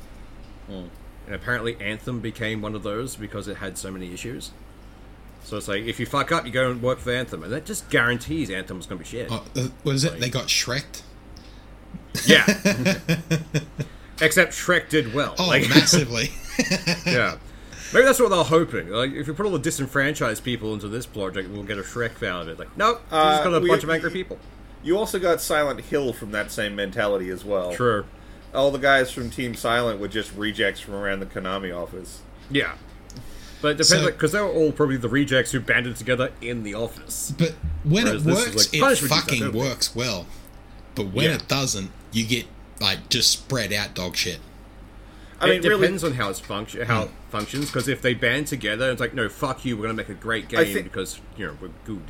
S3: Hmm. And apparently, Anthem became one of those because it had so many issues. So it's like if you fuck up, you go and work for Anthem, and that just guarantees Anthem's gonna be shit.
S4: Oh, uh, what is it? They got Shreked.
S3: Yeah. Except Shrek did well.
S4: Oh,
S3: Like,
S4: massively.
S3: yeah. Maybe that's what they're hoping. Like, if we put all the disenfranchised people into this project, we'll get a Shrek out of it. Like, nope, we just
S2: Uh,
S3: got a
S2: we-
S3: bunch of angry people.
S2: You also got Silent Hill from that same mentality as well.
S3: True.
S2: All the guys from Team Silent were just rejects from around the Konami office.
S3: Yeah. But it depends,
S4: So-
S3: because they were all probably the rejects who banded together in the office.
S4: but when
S3: Whereas this
S4: it
S3: is
S4: works,
S3: like, punishment
S4: it
S3: is that,
S4: fucking
S3: don't we?
S4: works well. But when
S3: Yeah.
S4: it doesn't, you get like just spread out dog shit.
S2: I mean,
S3: it
S2: really, Hmm.
S3: depends on how it's function how it functions. Because if they band together, it's like, no, fuck you, we're gonna make a great game
S2: thi-
S3: because you know we're good.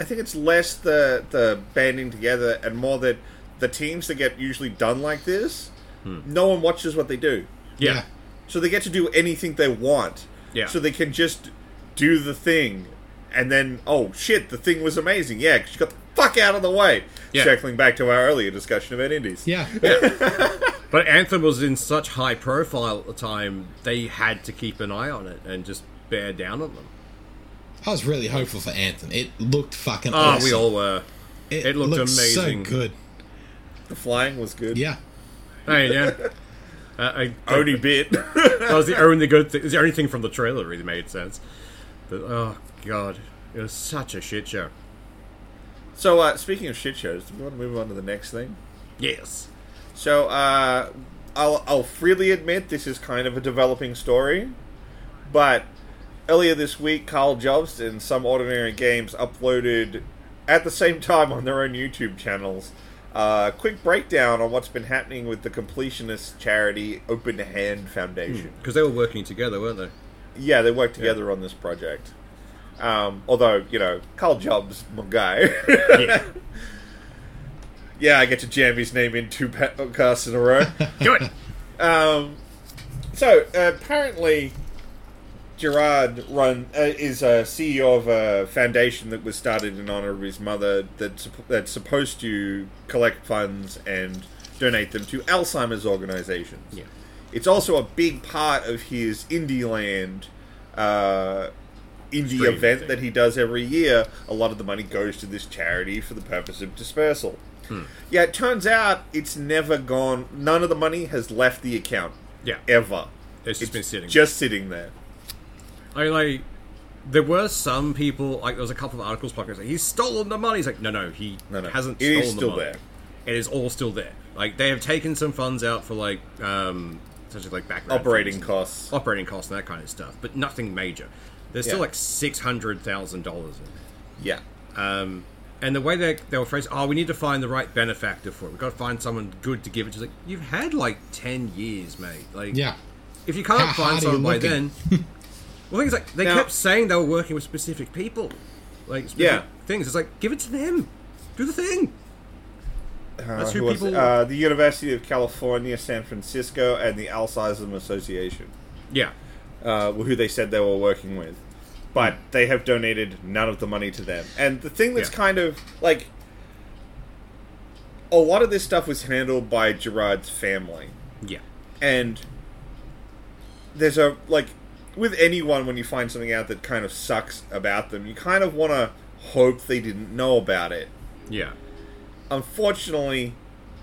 S2: I think it's less the the banding together and more that the teams that get usually done like this,
S3: Hmm.
S2: no one watches what they do,
S3: Yeah,
S2: so they get to do anything they want.
S3: Yeah.
S2: So they can just do the thing, and then oh shit, the thing was amazing. Yeah, 'cause you got the fuck out of the way.
S3: Yeah.
S2: Circling back to our earlier discussion about indies.
S4: Yeah.
S3: but Anthem was in such high profile at the time; they had to keep an eye on it and just bear down on them.
S4: I was really hopeful for Anthem. It looked fucking
S3: Ah,
S4: awesome.
S3: we all were. It, looked, amazing.
S4: So good.
S2: The flying was good.
S4: Yeah.
S3: Hey, yeah. Uh, I,
S2: Only bit.
S3: that was the only good thing. It's the only thing from the trailer that really made sense. But oh god, it was such a shit show.
S2: so uh, speaking of shit shows, do we want to move on to the next thing?
S3: Yes.
S2: So uh, I'll I'll freely admit this is kind of a developing story, but earlier this week, Carl Jobst and some ordinary games uploaded at the same time on their own YouTube channels uh, a quick breakdown on what's been happening with the completionist charity Open Hand Foundation.
S3: Because they were working together, weren't they?
S2: Yeah, they work together on this project. Um, although you know, Carl Jobs, my guy.
S3: Yeah.
S2: yeah, I get to jam his name in two podcasts in a row.
S3: Good.
S2: Um, so uh, apparently, Gerard run uh, is a CEO of a foundation that was started in honor of his mother that supp- that's supposed to collect funds and donate them to Alzheimer's organizations.
S3: Yeah.
S2: It's also a big part of his Indie Land uh, indie
S3: Streaming
S2: event
S3: thing.
S2: that he does every year. A lot of the money goes to this charity for the purpose of dispersal.
S3: Hmm.
S2: Yeah, it turns out it's never gone. None of the money has left the account
S3: Yeah.
S2: ever.
S3: It's just been sitting
S2: just sitting there.
S3: I mean, like There were some people like there was a couple of articles popping up saying he's stolen the money. He's like, no, no, he
S2: No, no.
S3: hasn't.
S2: It is
S3: stolen
S2: still
S3: the money.
S2: there.
S3: It is all still there. Like they have taken some funds out for like um, such as like background
S2: Operating
S3: fees and
S2: costs.
S3: operating costs and that kind of stuff, but nothing major. There's still
S2: Yeah.
S3: like six hundred thousand dollars in. it.
S2: Yeah.
S3: Um, and the way they, they were phrased, oh, we need to find the right benefactor for it. We've got to find someone good to give it to. It's Like, you've had like 10 years, mate. Like,
S4: Yeah.
S3: If you can't
S4: How hard are
S3: find
S4: you
S3: someone by then.
S4: looking?
S3: well, things like, they
S2: Now-
S3: kept saying they were working with specific people. Like, specific
S2: Yeah.
S3: things. It's like, give it to them. Do the thing. That's
S2: Who
S3: who
S2: was it?
S3: people.
S2: Uh, the University of California, San Francisco, and the Alzheimer's Association.
S3: yeah.
S2: uh, who they said they were working with, but they have donated none of the money to them. And the thing that's
S3: Yeah.
S2: kind of like a lot of this stuff was handled by Gerard's family,
S3: Yeah.
S2: and there's a like with anyone when you find something out that kind of sucks about them, you kind of want to hope they didn't know about it.
S3: Yeah.
S2: Unfortunately.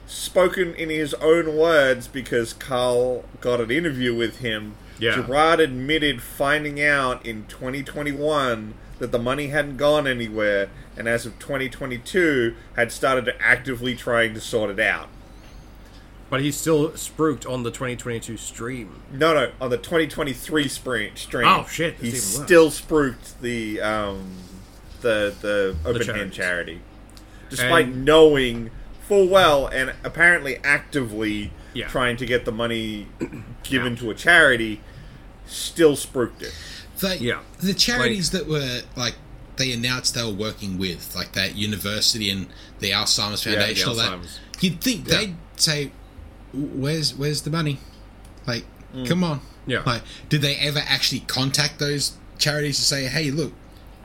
S2: Spoken in his own words because Carl got an interview with him
S3: Yeah.
S2: Gerard admitted finding out in 2021 that the money hadn't gone anywhere, and as of 2022, had started actively trying to sort it out.
S3: But he's still spruiked on the 2022 stream.
S2: No, no, on the 2023 spring, stream.
S3: Oh, shit,
S2: He
S3: that's even worse.
S2: still spruiked the um, the the open hand
S3: charities.
S2: charity, despite
S3: And-
S2: knowing full well and apparently actively
S3: Yeah.
S2: trying to get the money given to a charity. Still spruiked it.
S4: They,
S3: Yeah.
S4: The charities that were like they announced they were working with, like that university and the Alzheimer's
S3: the
S4: Foundation, all
S3: Alzheimer's.
S4: that. You'd think
S3: Yeah.
S4: they'd say, "Where's where's the money?" Like, come on.
S3: Mm. Yeah.
S4: Like, did they ever actually contact those charities to say, "Hey, look,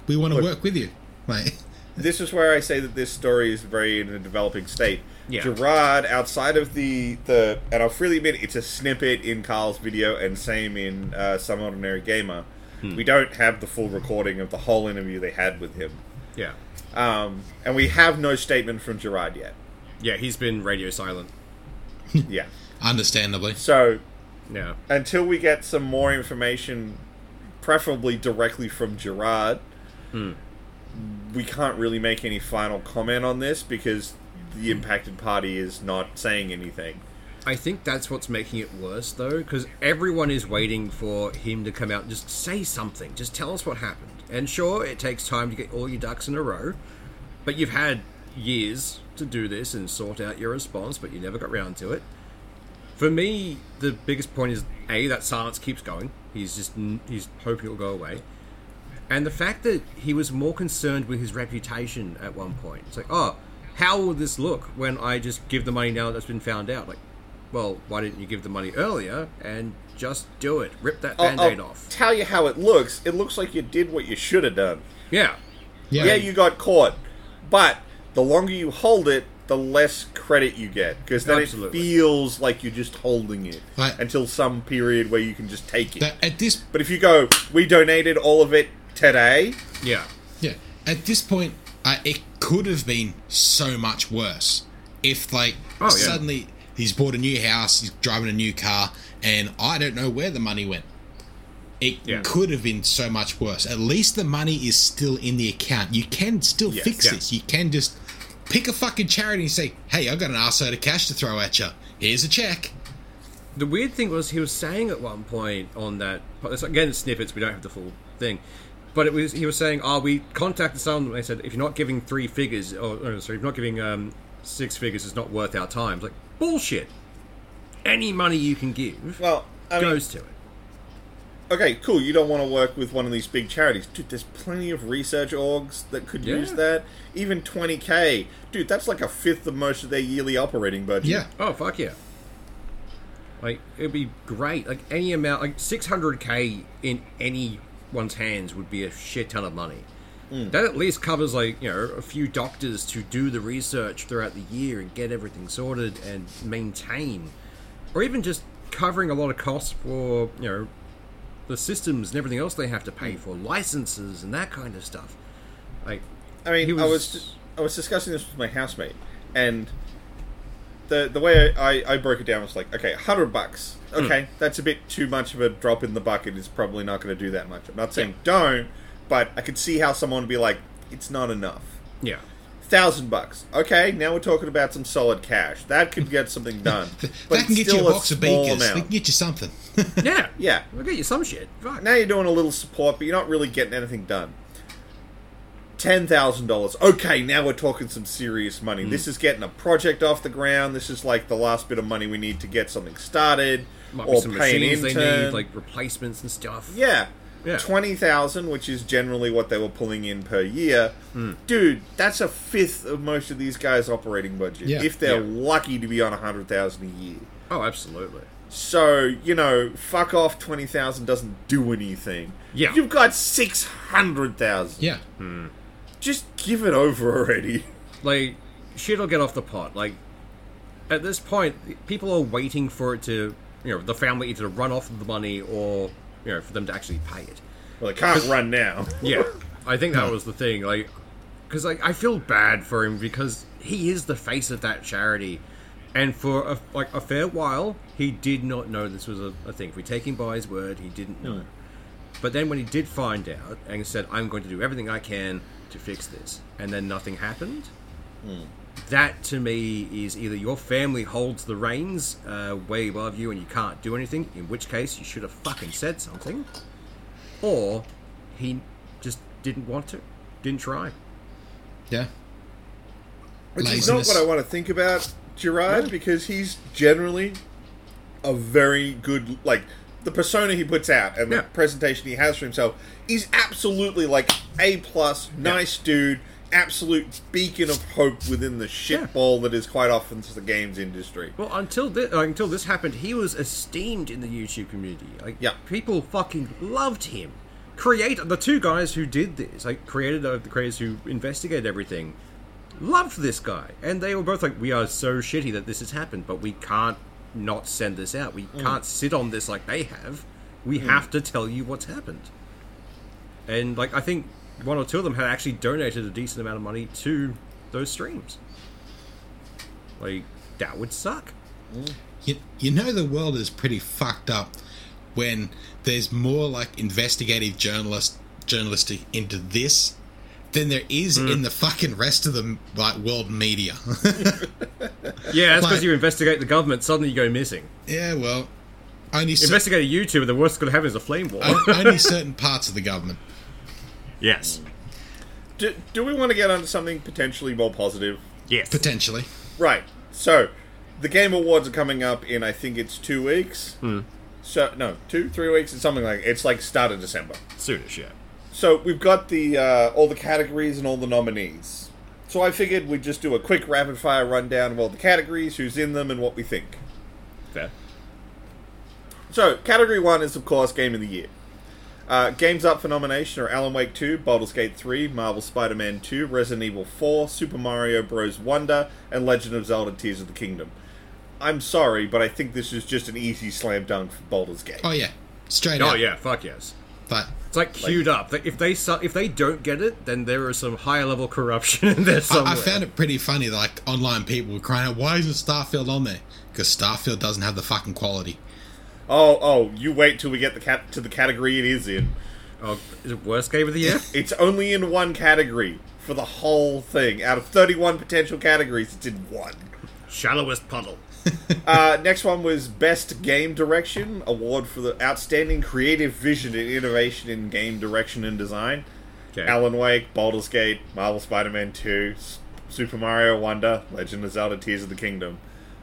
S4: we want to work with you"? Like,
S2: this is where I say that this story is very in a developing state.
S3: Yeah.
S2: Gerard, outside of the the, and I'll freely admit it's a snippet in Carl's video, and same in uh, some ordinary gamer. We don't have the full recording of the whole interview they had with him,
S3: Yeah.
S2: um, and we have no statement from Gerard yet.
S3: Yeah, he's been radio silent.
S2: Yeah,
S4: understandably.
S2: so
S3: Yeah.
S2: until we get some more information, preferably directly from Gerard, we can't really make any final comment on this because the impacted party is not saying anything.
S3: I think that's what's making it worse, though, because everyone is waiting for him to come out and just say something. Just tell us what happened. And sure, it takes time to get all your ducks in a row, but you've had years to do this and sort out your response, but you never got round to it. For me, the biggest point is a that silence keeps going. He's just n- he's hoping it'll go away, and the fact that he was more concerned with his reputation at one point. It's like, oh, how will this look when I just give the money now that's been found out? Like, well, why didn't you give the money earlier and just do it? Rip that
S2: I'll-
S3: band aid
S2: I'll
S3: off.
S2: Tell you how it looks. It looks like you did what you should have done.
S3: Yeah,
S4: Yeah.
S2: Yeah, you got caught, but the longer you hold it, the less credit you get because then
S3: Absolutely.
S2: it feels like you're just holding it
S4: Right.
S2: until some period where you can just take it.
S4: But at this
S2: but if you go, we donated all of it today.
S3: yeah,
S4: Yeah. At this point, uh, it could have been so much worse. If, like,
S3: Oh, yeah.
S4: suddenly he's bought a new house, he's driving a new car, and I don't know where the money went. It
S3: Yeah.
S4: could have been so much worse. At least the money is still in the account. You can still
S2: Yes.
S4: fix
S3: Yeah.
S4: this. You can just pick a fucking charity and say, hey, I've got an arseload of cash to throw at you. Here's a check.
S3: The weird thing was he was saying at one point on that it's again snippets we don't have the full thing, but it was he was saying, "Oh, we contacted someone." They said, "If you're not giving three figures, or oh, sorry, if you're not giving um, six figures, it's not worth our time." It's like bullshit. Any money you can give
S2: Well, I mean,
S3: goes to it.
S2: okay, cool. You don't want to work with one of these big charities, dude. There's plenty of research orgs that could
S3: Yeah.
S2: use that. Even 20k, dude. That's like a fifth of most of their yearly operating budget.
S4: Yeah.
S3: Oh fuck yeah! Like it'd be great. Like any amount, like six hundred k in anyone's hands would be a shit ton of money.
S2: Mm.
S3: That at least covers like you know a few doctors to do the research throughout the year and get everything sorted and maintain, or even just covering a lot of costs for you know the systems and everything else they have to
S2: Mm.
S3: pay for, licenses and that kind of stuff. Like
S2: I mean,
S3: He
S2: I
S3: was-
S2: was I was discussing this with my housemate, and the the way I, I broke it down was like, okay, hundred bucks.
S3: Hmm.
S2: Okay, that's a bit too much of a drop in the bucket. It's probably not going to do that much. I'm not saying don't, but I could see how someone would be like, it's not enough.
S3: Yeah.
S2: Thousand bucks. Okay, now we're talking about some solid cash. That could get something done.
S4: that can get you a box of
S2: small
S4: beakers. They can
S2: amount.
S4: get you something.
S3: Yeah.
S2: Yeah.
S3: We'll get you some shit. Fuck.
S2: Now you're doing a little support, but you're not really getting anything done. Ten thousand dollars. Okay, now we're talking some serious money.
S4: Hmm.
S2: This is getting a project off the ground. This is like the last bit of money we need to get something started
S3: Might be
S2: or
S3: some
S2: pay an
S3: machines
S2: intern.
S3: they need, like replacements and stuff.
S2: Yeah.
S3: Yeah.
S2: 20,000, which is generally what they were pulling in per year.
S3: Hmm.
S2: Dude, that's a fifth of most of these guys' operating budget.
S4: Yeah.
S2: If they're
S3: Yeah.
S2: lucky to be on 100,000 a year.
S3: Oh, absolutely.
S2: So, you know, fuck off 20,000 doesn't do anything.
S3: Yeah.
S2: You've got 600,000.
S4: yeah.
S2: Just give it over already.
S3: Like, shit'll get off the pot. Like, at this point, people are waiting for it to, you know, the family either to run off the money or, you know, for them to actually pay it.
S2: Well, it can't run now.
S3: Yeah, I think that was the thing. Like, because like I feel bad for him because he is the face of that charity, and for a, like a fair while he did not know this was a, a thing. If we take him by his word, he didn't know. But then when he did find out and said, "I'm going to do everything I can to fix this," and then nothing happened. That to me is either your family holds the reins uh, way above you and you can't do anything, in which case you should have fucking said something, or he just didn't want to, didn't try.
S4: Yeah.
S2: Which is
S4: Laziness.
S2: not what I want to think about Gerard because he's generally a very good like the persona he puts out and
S3: Yeah.
S2: the presentation he has for himself is absolutely like a plus nice dude absolute beacon of hope within the
S3: Yeah.
S2: shitball that is quite often the games industry
S3: Well, until this, until this happened, he was esteemed in the YouTube community. Like,
S2: Yeah.
S3: people fucking loved him. Create the two guys who did this, like created uh, the creators who investigated everything, loved this guy, and they were both like, "We are so shitty that this has happened, but we can't not send this out. We can't sit on this like they have. We have to tell you what's happened." And like, I think one or two of them had actually donated a decent amount of money to those streams. Like, that would suck.
S4: You, you know the world is pretty fucked up when there's more like investigative journalist journalistic into this than there is
S3: Hmm.
S4: in the fucking rest of the like world media.
S3: Yeah, that's because
S4: Like-
S3: you investigate the government, suddenly you go missing.
S4: yeah, well, only cer-
S3: Investigate a YouTube, and the worst that could happen is a flame war.
S4: only certain parts of the government.
S3: yes.
S2: do, do we want to get onto something potentially more positive
S3: Yes.
S4: Potentially.
S2: Right. So, the Game Awards are coming up in I think it's two weeks.
S3: Hmm.
S2: So no, two, three weeks. It's something like it's like start of December.
S3: Soonish, yeah.
S2: So we've got the uh, all the categories and all the nominees. So I figured we'd just do a quick rapid fire rundown of all the categories, who's in them, and what we think.
S3: Fair.
S2: So category one is of course Game of the Year. Uh, games up for nomination are Alan Wake 2, Baldur's Gate 3, Marvel Spider-Man 2, Resident Evil 4, Super Mario Bros. Wonder, and Legend of Zelda: Tears of the Kingdom. I'm sorry, but I think this is just an easy slam dunk for Baldur's Gate.
S4: Oh yeah, straight
S3: Oh
S4: out.
S3: yeah, fuck yes.
S4: But
S3: It's like queued up. Like, if they su- if they don't get it, then there is some higher level corruption in there somewhere.
S4: I, I found it pretty funny. Like online people were crying out, "Why isn't Starfield on there?" Because Starfield doesn't have the fucking quality.
S2: Oh, oh, you wait till we get the cat to the category it is in.
S3: Oh, is it worst game of the year?
S2: It's only in one category for the whole thing. Out of 31 potential categories, it's in one.
S3: Shallowest puddle.
S2: Uh, next one was Best Game Direction Award for the Outstanding Creative Vision and Innovation in Game Direction and Design.
S3: Okay.
S2: Alan Wake, Baldur's Gate, Marvel Spider Man 2, S- Super Mario Wonder, Legend of Zelda Tears of the Kingdom.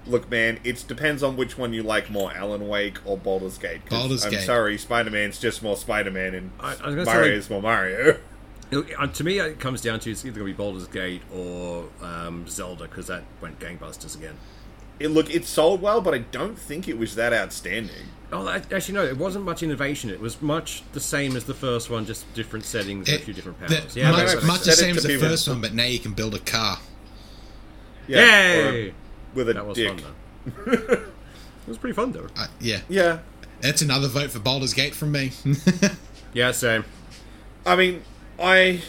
S2: Look, man, it depends on which one you like more, Alan Wake or Baldur's Gate. 'cause
S4: Baldur's
S2: I'm
S4: Gate.
S2: sorry, Spider Man's just more Spider Man and
S3: I- I was gonna say,
S2: Mario
S3: like-
S2: is more Mario.
S3: It- uh, to me, it comes down to it's either going to be Baldur's Gate or um, Zelda because that went gangbusters again.
S2: It, look, it sold well, but I don't think it was that outstanding.
S3: Oh, that- actually, no. It wasn't much innovation. It was much the same as the first one, just different settings and a
S4: It-
S3: few different
S4: the-
S3: powers. yeah,
S4: much,
S3: that
S2: no,
S3: makes
S2: no,
S4: much
S2: Set
S4: the
S2: it
S4: same
S2: to
S4: as the
S2: be
S4: first one, but now you can build a car.
S2: Yeah,
S3: Yay!
S2: or with a
S3: That was
S2: dick.
S3: fun though. it was pretty fun though.
S4: Uh, yeah,
S2: Yeah,
S4: that's another vote for Baldur's Gate from me.
S3: Yeah, same.
S2: I mean, I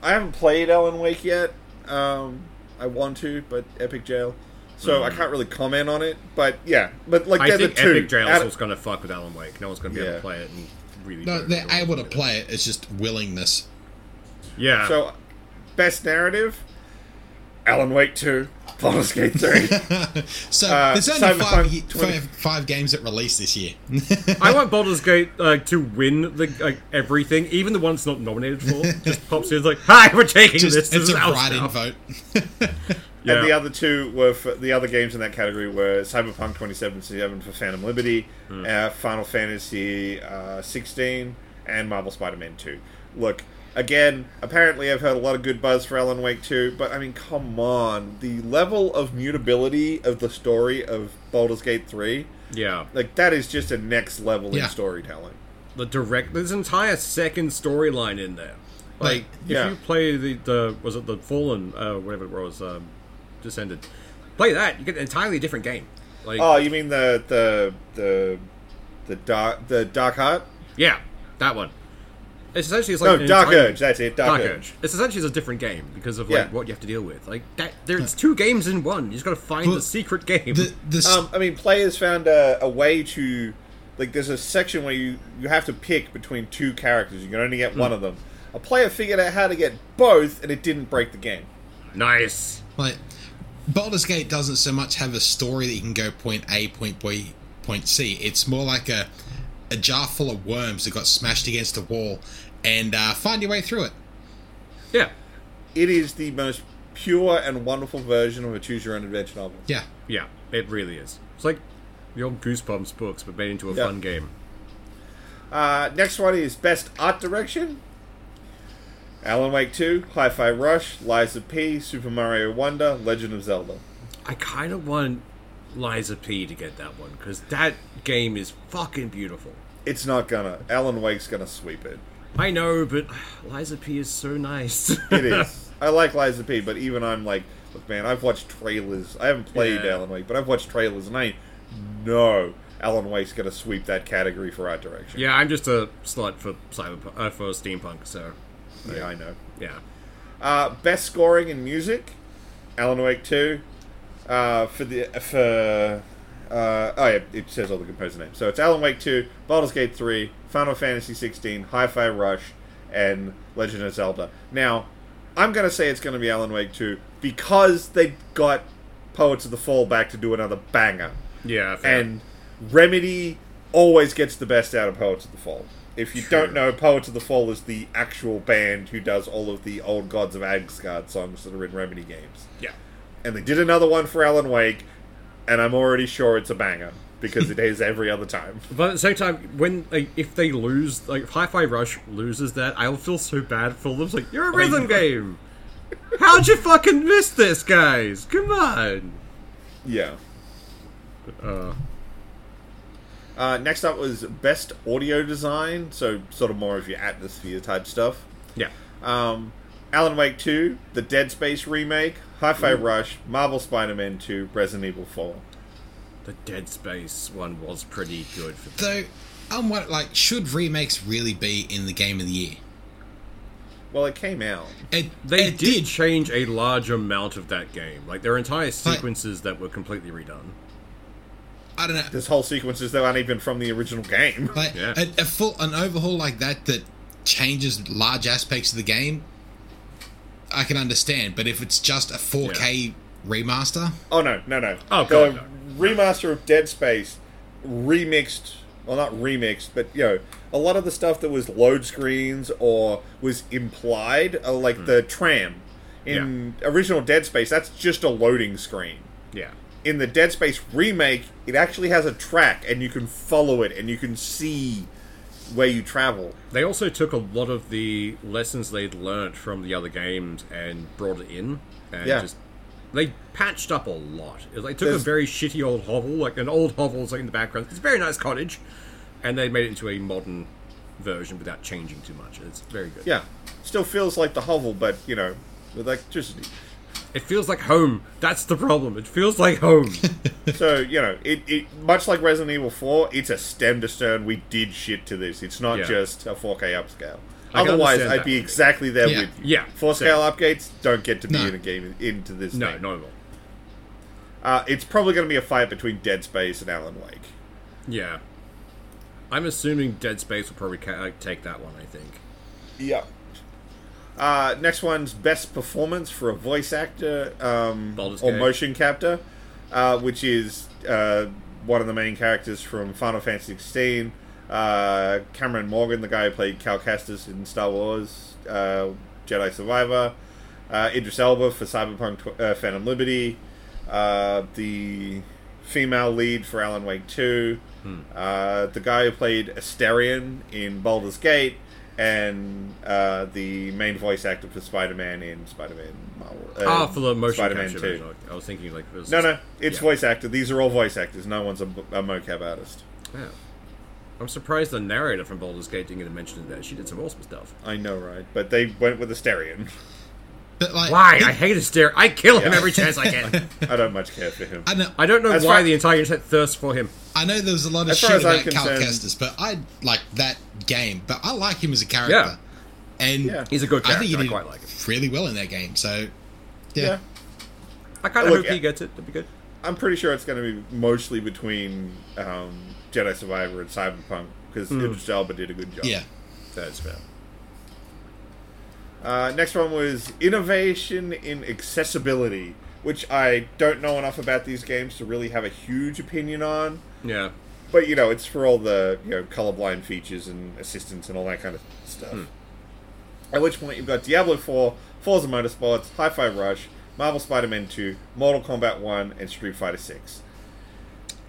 S2: I haven't played Alan Wake yet. Um, I want to, but Epic Jail, so I can't really comment on it. But yeah, but like
S3: Mm. I
S2: they're
S3: think
S2: the two.
S3: Epic Jail
S2: Out
S3: is
S2: of-
S3: what's going to fuck with Alan Wake. No one's going to be able
S2: Yeah.
S3: to play it and really.
S4: no,
S3: do it
S4: they're
S3: really
S4: able to
S3: well.
S4: play it. It's just willingness.
S3: Yeah.
S2: So, best narrative: Alan Wake Two, Baldur's Gate Three.
S4: So
S2: Uh,
S4: there's only
S2: Cyberpunk
S4: five, ye-
S2: 20
S4: five, five games that released this year.
S3: I want Baldur's Gate uh, to win the like, everything, even the one it's not nominated for. Just pops in, it's like, "Hi, we're taking
S4: Just,
S3: this. This
S4: it's
S3: is
S4: a
S3: our
S4: write-in
S3: stuff."
S4: vote.
S3: Yeah.
S2: And the other two were for, the other games in that category were Cyberpunk 2077 for Phantom Liberty, uh, Final Fantasy uh, 16, and Marvel Spider-Man 2. Look, again, apparently I've heard a lot of good buzz for Alan Wake 2, but I mean, come on, the level of mutability of the story of Baldur's Gate 3,
S3: yeah.
S2: like that is just a next level
S4: Yeah.
S2: in storytelling.
S3: the direct there's an entire second storyline in there like if
S2: Yeah.
S3: you play the, the was it the fallen uh whatever it was um descended play that you get an entirely different game like
S2: Oh, you mean the the the the dark the Dark Heart?
S3: yeah that one it's essentially it's like
S2: No,
S3: an
S2: Dark
S3: entire-
S2: Urge. That's it. Dark,
S3: Dark Urge.
S2: Urge.
S3: It's essentially a different game because of like
S2: Yeah.
S3: what you have to deal with. Like that, there's two games in one. You just got to find
S4: Well,
S3: the secret game.
S4: The, the s-
S2: Um, I mean, players found a, a way to like. There's a section where you you have to pick between two characters. You can only get one of them. A player figured out how to get both, and it didn't break the game.
S3: nice.
S4: like Baldur's Gate doesn't so much have a story that you can go point A, point B, point C. It's more like a a jar full of worms that got smashed against a wall and uh, find your way through it.
S3: Yeah,
S2: It is the most pure and wonderful version of a choose your own adventure novel.
S4: Yeah.
S3: yeah. It really is. It's like the old Goosebumps books, but made into a
S2: Yeah.
S3: fun game.
S2: Uh, next one is best art direction. Alan Wake 2, Hi-Fi Rush, Lies of P, Super Mario Wonder, Legend of Zelda.
S3: I kind of want Liza P to get that one because that game is fucking beautiful.
S2: It's not gonna. Alan Wake's gonna sweep it.
S3: I know, but Liza P is so nice.
S2: It is. I like Liza P, but even I'm like, look, man, I've watched trailers. I haven't played
S3: Yeah.
S2: Alan Wake, but I've watched trailers, and I know Alan Wake's going to sweep that category for art direction.
S3: yeah, I'm just a slut for cyberpunk uh, for steampunk. So
S2: Yeah, I know.
S3: yeah,
S2: Uh, best scoring in music, Alan Wake Two. Uh, for the for uh, oh yeah, it says all the composer names. So it's Alan Wake Two, Baldur's Gate Three, Final Fantasy Sixteen, Hi-Fi Rush, and Legend of Zelda. Now, I'm gonna say it's gonna be Alan Wake Two because they got Poets of the Fall back to do another banger,
S3: yeah, fair.
S2: and Remedy always gets the best out of Poets of the Fall. If you don't
S3: True.
S2: know, Poets of the Fall is the actual band who does all of the old Gods of Asgard songs that are in Remedy games.
S3: yeah,
S2: And they did another one for Alan Wake, and I'm already sure it's a banger because it is every other time.
S3: but at the same time, when like, if they lose, like if Hi-Fi Rush loses that, I'll feel so bad for them. It's like you're a rhythm game. How'd you fucking miss this, guys? Come on.
S2: Yeah.
S3: Uh,
S2: Uh, next up was Best Audio Design, so sort of more of your atmosphere type stuff.
S3: yeah,
S2: Um, Alan Wake 2, the Dead Space remake, Hi Fi Rush, Marvel Spider Man 2, Resident Evil 4.
S3: the Dead Space one was pretty good for
S4: Though I'm what like should remakes really be in the game of the year?
S2: Well, it came out.
S4: It
S3: They
S4: it
S3: did, change a large amount of that game. Like there are entire sequences that were completely redone.
S4: I don't know.
S2: There's whole sequences that aren't even from the original game.
S4: Like
S3: Yeah.
S4: a, a full an overhaul like that that changes large aspects of the game, I can understand. But if it's just a 4K remaster,
S2: Oh no, no, no.
S3: Oh,
S2: the
S3: God,
S2: remaster of Dead Space, remixed. Well, not remixed, but you know, a lot of the stuff that was load screens or was implied, uh, like
S3: Hmm.
S2: the tram in original Dead Space, that's just a loading screen.
S3: Yeah.
S2: In the Dead Space remake, it actually has a track, and you can follow it, and you can see where you travel.
S3: They also took a lot of the lessons they'd learned from the other games and brought it in and
S2: Yeah.
S3: just they patched up a lot. It- They took
S2: There's-
S3: a very shitty old hovel, like an old hovel like in the background. It's a very nice cottage, and they made it into a modern version without changing too much. It's very good.
S2: Yeah, still feels like the hovel, but you know, with electricity.
S3: It feels like home. That's the problem. It feels like home.
S2: So you know, it, it much like Resident Evil Four, it's a stem to stern. We did shit to this. It's not
S3: Yeah.
S2: just a 4K upscale.
S3: I can
S2: Otherwise,
S3: understand
S2: I'd
S3: that.
S2: be exactly there
S4: Yeah.
S2: with you.
S3: Yeah,
S2: four scale upgrades don't get to be
S4: No.
S2: in a game into this.
S3: no,
S2: thing.
S3: not at all.
S2: Uh, it's probably going to be a fight between Dead Space and Alan Wake.
S3: Yeah. I'm assuming Dead Space will probably ca- like, take that one, I think.
S2: Yeah. Uh, next one's best performance for a voice actor um, or
S3: Baldur's Gate.
S2: motion captor, uh, which is uh, one of the main characters from Final Fantasy XVI. Uh, Cameron Morgan, the guy who played Cal Kestis in Star Wars uh, Jedi Survivor. Uh, Idris Elba for Cyberpunk tw- uh, Phantom Liberty. Uh, the female lead for Alan Wake 2.
S3: Hmm.
S2: Uh, the guy who played Asterion in Baldur's Gate, and uh, the main voice actor for Spider-Man in Spider-Man. Marvel-
S3: Ah,
S2: uh,
S3: for the motion
S2: Spider-Man
S3: capture.
S2: 2.
S3: version. I- I was thinking like it was
S2: No,
S3: just-
S2: no, it's
S3: Yeah.
S2: voice actor. These are all voice actors. No one's a, a mocap artist.
S3: Yeah. I'm surprised the narrator from Baldur's Gate didn't get a mention in there. She did some awesome stuff.
S2: I know, right? But they went with Asterion.
S4: But like,
S3: Why? I hate his stare. I kill him
S2: Yeah.
S3: every chance I can.
S2: I don't much care for him.
S4: I know,
S3: I don't know
S2: As
S3: why
S2: far-
S3: the entire internet thirsts for him.
S4: I know there was a lot of
S2: As far
S4: shit
S2: as I'm
S4: about Cal
S2: concerned-
S4: Kestis, but I like that game. But I like him as a character.
S3: Yeah.
S4: And
S2: Yeah.
S3: He's a good
S4: I
S3: character. I,
S4: think he did
S3: quite like him.
S4: really well in that game. So, yeah.
S2: yeah.
S3: I kind of
S2: Look,
S3: hope he
S2: yeah.
S3: gets it. That'd be good.
S2: I'm pretty sure it's going to be mostly between um, Jedi Survivor and Cyberpunk because Idris Elba did a good job.
S4: Yeah.
S3: That's fair.
S2: Uh, next one was innovation in accessibility, which I don't know enough about these games to really have a huge opinion on.
S3: Yeah.
S2: But you know, it's for all the you know colorblind features and assistance and all that kind of stuff. At which point you've got Diablo Four, Forza Motorsports, Hi-Fi Rush, Marvel Spider-Man Two, Mortal Kombat One, and Street Fighter Six.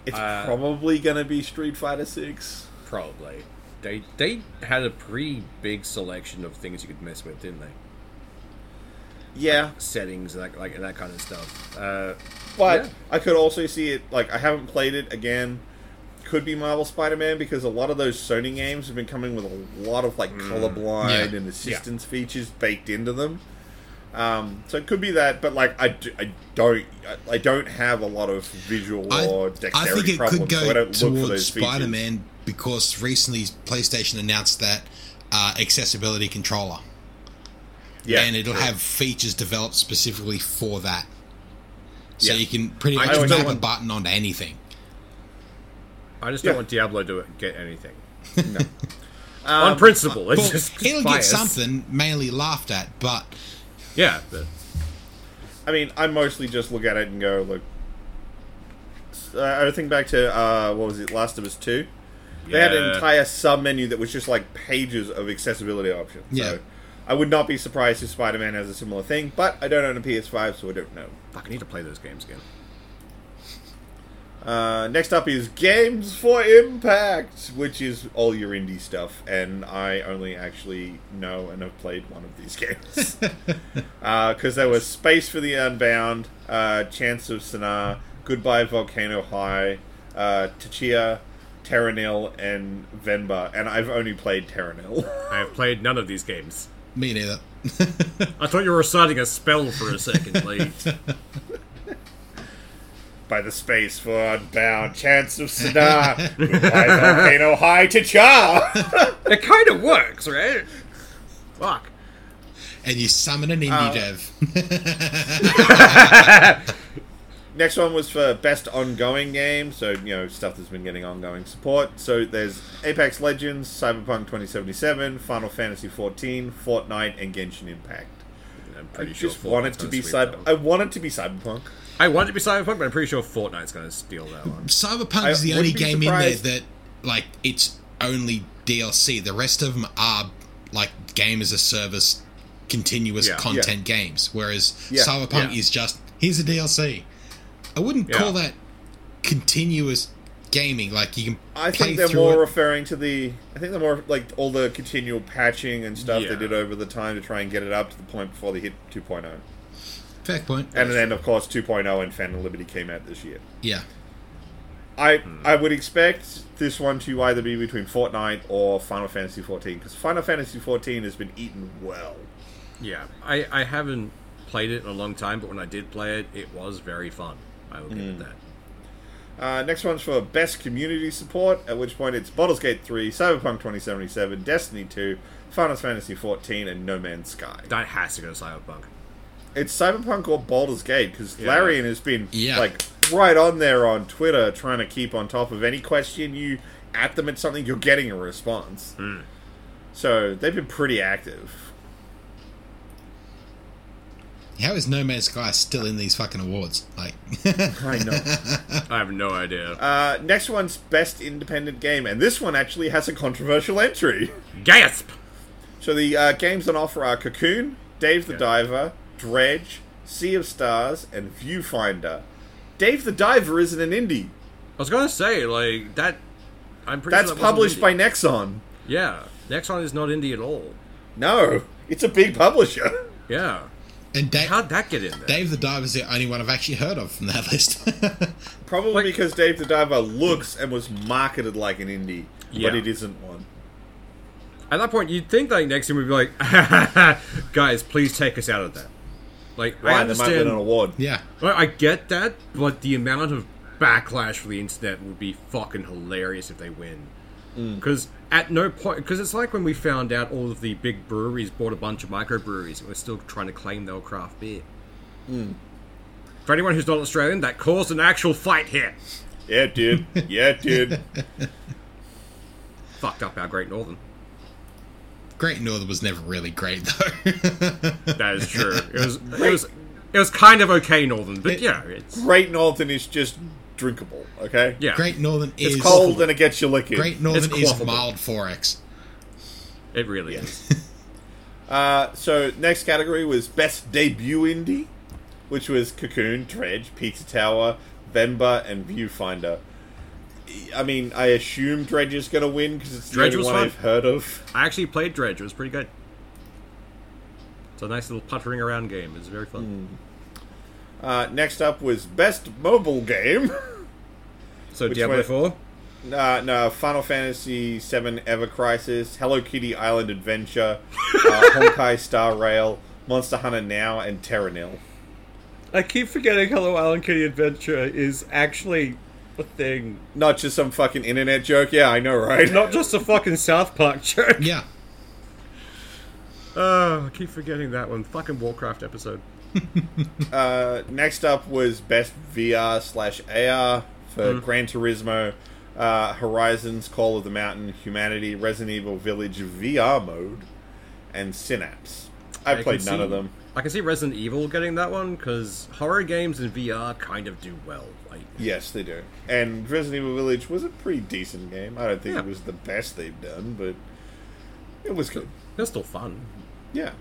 S2: It's
S3: Uh,
S2: probably going to be Street Fighter Six.
S3: Probably. They they had a pretty big selection of things you could mess with, didn't they?
S2: Yeah,
S3: Settings and that, like and that kind of stuff. Uh,
S2: But
S3: Yeah.
S2: I could also see it like I haven't played it again. Could be Marvel Spider-Man because a lot of those Sony games have been coming with a lot of like colorblind
S4: Yeah.
S2: and assistance features baked into them. Um, so it could be that, but like I, do, I don't I- I don't have a lot of visual
S4: I,
S2: or
S4: I
S2: dexterity
S4: think it
S2: problems,
S4: could
S2: so I
S4: go
S2: don't look for
S4: towards
S2: those
S4: Spider
S2: features.
S4: Man because recently PlayStation announced that uh, accessibility controller,
S2: Yeah,
S4: and it'll have features developed specifically for that. So
S2: Yeah.
S4: you can pretty
S3: I
S4: much
S2: always
S4: map a
S2: want-
S4: button onto anything.
S3: I just don't
S2: Yeah.
S3: want Diablo to get anything
S2: Um,
S3: on principle. It's
S4: Well,
S3: just
S4: it'll
S3: bias.
S4: get something mainly laughed at, but
S3: Yeah. but-
S2: I mean, I mostly just look at it and go, look. Uh, I think back to uh, what was it, Last of Us Two. They had an
S3: Yeah.
S2: entire sub menu that was just like pages of accessibility options.
S4: Yeah.
S2: So I would not be surprised if Spider Man has a similar thing, but I don't own a PS5, so I don't know.
S3: Fuck, I need to play those games again.
S2: Uh, next up is Games for Impact, which is all your indie stuff, and I only actually know and have played one of these games. Because there was Space for the Unbound, uh, Chance of Sanaa, Goodbye Volcano High, uh, Tachia, Terranil, and Venba, and I've only played Terranil.
S3: I have played none of these games.
S4: me neither.
S3: I thought you were reciting a spell for a second, like
S2: by the space for unbound chance of Sadar. Goodbye, volcano high to Cha.
S3: It kind of works, right? Fuck.
S4: and you summon an indie
S3: Uh,
S4: dev.
S2: Next one was for best ongoing game, so you know stuff that's been getting ongoing support. So there's Apex Legends, Cyberpunk 2077, Final Fantasy 14, Fortnite, and Genshin Impact.
S3: I'm
S2: I
S3: pretty sure
S2: just want it
S3: Fortnite's
S2: to
S3: gonna
S2: be
S3: sweep
S2: cyber.
S3: that one.
S2: I want it to be Cyberpunk.
S3: I want it to be Cyberpunk, but I'm pretty sure Fortnite's going to steal that one.
S4: Cyberpunk
S2: I
S4: is the
S2: wouldn't
S4: only
S2: be
S4: game in there
S2: surprised-
S4: that, like, it's only DLC. The rest of them are like game as a service, continuous
S3: Yeah.
S4: content games. Whereas
S2: Yeah.
S4: Cyberpunk
S3: Yeah.
S4: is just here's a DLC. I wouldn't
S3: Yeah.
S4: call that continuous gaming. Like you can
S2: I
S4: play
S2: think they're
S4: through
S2: more
S4: it.
S2: referring to the. I think they're more like all the continual patching and stuff
S3: Yeah.
S2: they did over the time to try and get it up to the point before they hit 2.0.
S4: Fair point.
S2: And then, of course, 2.0 and Phantom Liberty came out this year.
S4: yeah,
S2: I I would expect this one to either be between Fortnite or Final Fantasy 14 because Final Fantasy 14 has been eaten well.
S3: Yeah, I, I haven't played it in a long time, but when I did play it, it was very fun. I will give it that.
S2: Uh, next one's for best community support, at which point it's Baldur's Gate 3, Cyberpunk 2077, Destiny 2, Final Fantasy 14, and No Man's Sky.
S3: That has to go to Cyberpunk.
S2: It's Cyberpunk or Baldur's Gate because
S3: Yeah.
S2: Larian has been
S4: Yeah.
S2: like right on there on Twitter trying to keep on top of any question you at them at something you're getting a response. So they've been pretty active.
S4: How is No Man's Sky still in these fucking awards? Like,
S2: I know.
S3: I have no idea.
S2: Uh, next one's best independent game, and this one actually has a controversial entry.
S3: Gasp!
S2: So the uh, games on offer are Cocoon, Dave the
S3: Yeah.
S2: Diver, Dredge, Sea of Stars, and Viewfinder. Dave the Diver isn't an indie.
S3: I was gonna say like that. I'm pretty.
S2: That's
S3: sure that wasn't
S2: published by
S3: indie.
S2: Nexon.
S3: Yeah, Nexon is not indie at all.
S2: No, it's a big publisher.
S3: Yeah,
S4: and da-
S3: how'd that get in there?
S4: Dave the Diver's the only one I've actually heard of from that list.
S2: Probably because Dave the Diver looks and was marketed like an indie,
S3: Yeah.
S2: but it isn't one.
S3: At that point, you'd think like Nexon would be like, guys, please take us out of that. Like I
S2: Right, they might win
S3: understand.
S2: an award.
S4: yeah.
S3: Well, I get that, but the amount of backlash for the internet would be fucking hilarious if they win.
S2: Mm.
S3: Because at no point, because it's like when we found out all of the big breweries bought a bunch of microbreweries and were still trying to claim they were craft beer.
S2: Mm.
S3: For anyone who's not Australian, that caused an actual fight here.
S2: Yeah, dude. Yeah, dude.
S3: Fucked up our Great Northern.
S4: Great Northern was never really great, though.
S3: That is true. It was, it was, it was kind of okay Northern, but yeah, it's
S2: Great Northern is just drinkable, okay?
S3: yeah.
S4: great Northern
S2: It's
S4: is.
S2: cold and it gets you licking.
S4: Great Northern is
S3: quaffable.
S4: mild 4X.
S3: It really is.
S2: Uh, so next category was best debut indie, which was Cocoon, Dredge, Pizza Tower, Venba, and Viewfinder. I mean, I assume Dredge is going to win because it's the
S3: Dredge
S2: only
S3: was
S2: one
S3: fun.
S2: I've heard of.
S3: I actually played Dredge. It was pretty good. It's a nice little puttering around game. It's very
S2: Hmm.
S3: fun.
S2: Uh, next up was best mobile game.
S3: So
S2: Which
S3: Diablo
S2: way-
S3: Four.
S2: Uh, no, Final Fantasy VII Ever Crisis, Hello Kitty Island Adventure, uh, Honkai Star Rail, Monster Hunter Now, and Terranil.
S5: I keep forgetting Hello Island Kitty Adventure is actually a thing.
S2: Not just some fucking internet joke. Yeah, I know, right?
S5: Not just a fucking South Park joke.
S4: Yeah.
S3: Oh, I keep forgetting that one. Fucking Warcraft episode.
S2: Uh, next up was best VR slash AR for Gran Turismo, uh, Horizons, Call of the Mountain, Humanity, Resident Evil Village VR mode, and Synapse. I,
S3: can
S2: played none
S3: see-
S2: of them.
S3: I can see Resident Evil getting that one because horror games in VR kind of do well. Like,
S2: Yes, they do. And Resident Evil Village was a pretty decent game. I don't think it
S3: Yeah.
S2: was the best they've done, but it was good.
S3: they're still fun.
S2: Yeah.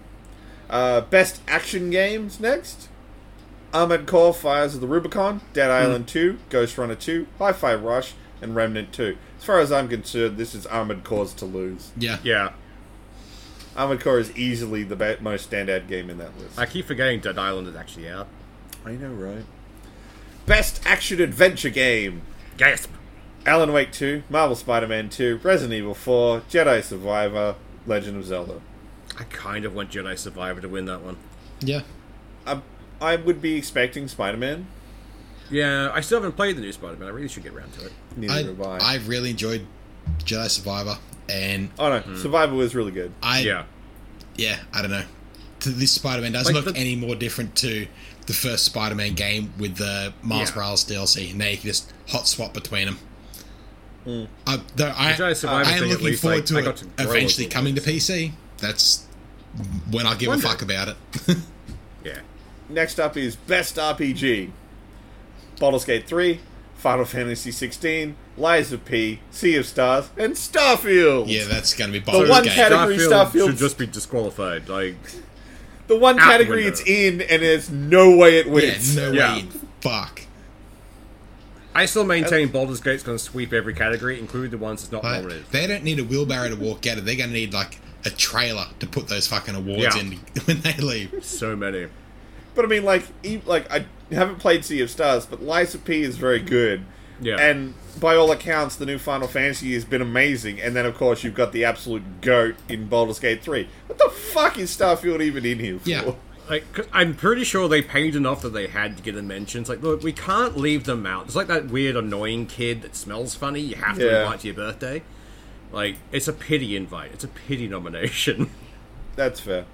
S2: Uh, best action games next. Armored Core, Fires of the Rubicon, Dead Island 2, Ghost Runner 2, Hi-Fi Rush, and Remnant 2. As far as I'm concerned, this is Armored Core's to lose.
S4: Yeah.
S3: Yeah,
S2: Armored Core is easily the be- most standout game in that list.
S3: I keep forgetting Dead Island is actually out.
S2: I know, right? Best action adventure game.
S3: Gasp.
S2: Alan Wake 2, Marvel Spider-Man 2, Resident Evil 4, Jedi Survivor, Legend of Zelda.
S3: I kind of want Jedi Survivor to win that one.
S4: Yeah.
S2: I, Um, I would be expecting Spider-Man.
S3: Yeah, I still haven't played the new Spider-Man. I really should get around to it.
S4: I,
S2: Neither have I.
S4: I really enjoyed Jedi Survivor, and
S2: Oh no, Survivor was really good.
S4: I
S3: yeah,
S4: yeah, I don't know. To this Spider-Man doesn't
S3: Like
S4: look
S3: the-
S4: any more different to the first Spider-Man game with the Miles
S3: Yeah.
S4: Morales DLC. And now you can just hot swap between them.
S2: Mm.
S4: I, though I,
S3: Jedi Survivor
S4: I am
S3: thing, at
S4: looking
S3: least,
S4: forward
S3: like,
S4: to
S3: I
S4: it
S3: got to grow
S4: eventually
S3: a little
S4: coming to PC. That's when I give
S3: One
S4: a
S3: day.
S4: fuck about it.
S3: yeah.
S2: Next up is Best RPG. Baldur's Gate 3, Final Fantasy 16, Lies of P, Sea of Stars, and Starfield.
S4: yeah, that's going to be Baldur's
S2: one
S4: Gate.
S2: cat- Category Starfield-
S3: should just be disqualified. Like,
S2: the one
S3: Out
S2: category
S3: window.
S2: it's in, and there's no way it
S4: yeah,
S2: wins.
S4: no
S3: Yeah.
S4: way. in Fuck.
S3: I still maintain Baldur's Gate's going to sweep every category, including the ones that's not
S4: Like,
S3: nominated.
S4: they don't need a wheelbarrow to walk out of. They're going to need like a trailer to put those fucking awards
S3: Yeah.
S4: in when they leave.
S3: So many.
S2: But I mean, like, e- like I haven't played Sea of Stars, but Lies of P is very good.
S3: Yeah.
S2: And by all accounts, the new Final Fantasy has been amazing. And then, of course, you've got the absolute goat in Baldur's Gate 3. What the fuck is Starfield even in here for?
S4: Yeah.
S3: Like, i I'm pretty sure they paid enough that they had to get a mention. It's like, look, we can't leave them out. It's like that weird, annoying kid that smells funny. You have to
S2: Yeah.
S3: invite to your birthday. Like, it's a pity invite. It's a pity nomination.
S2: That's fair.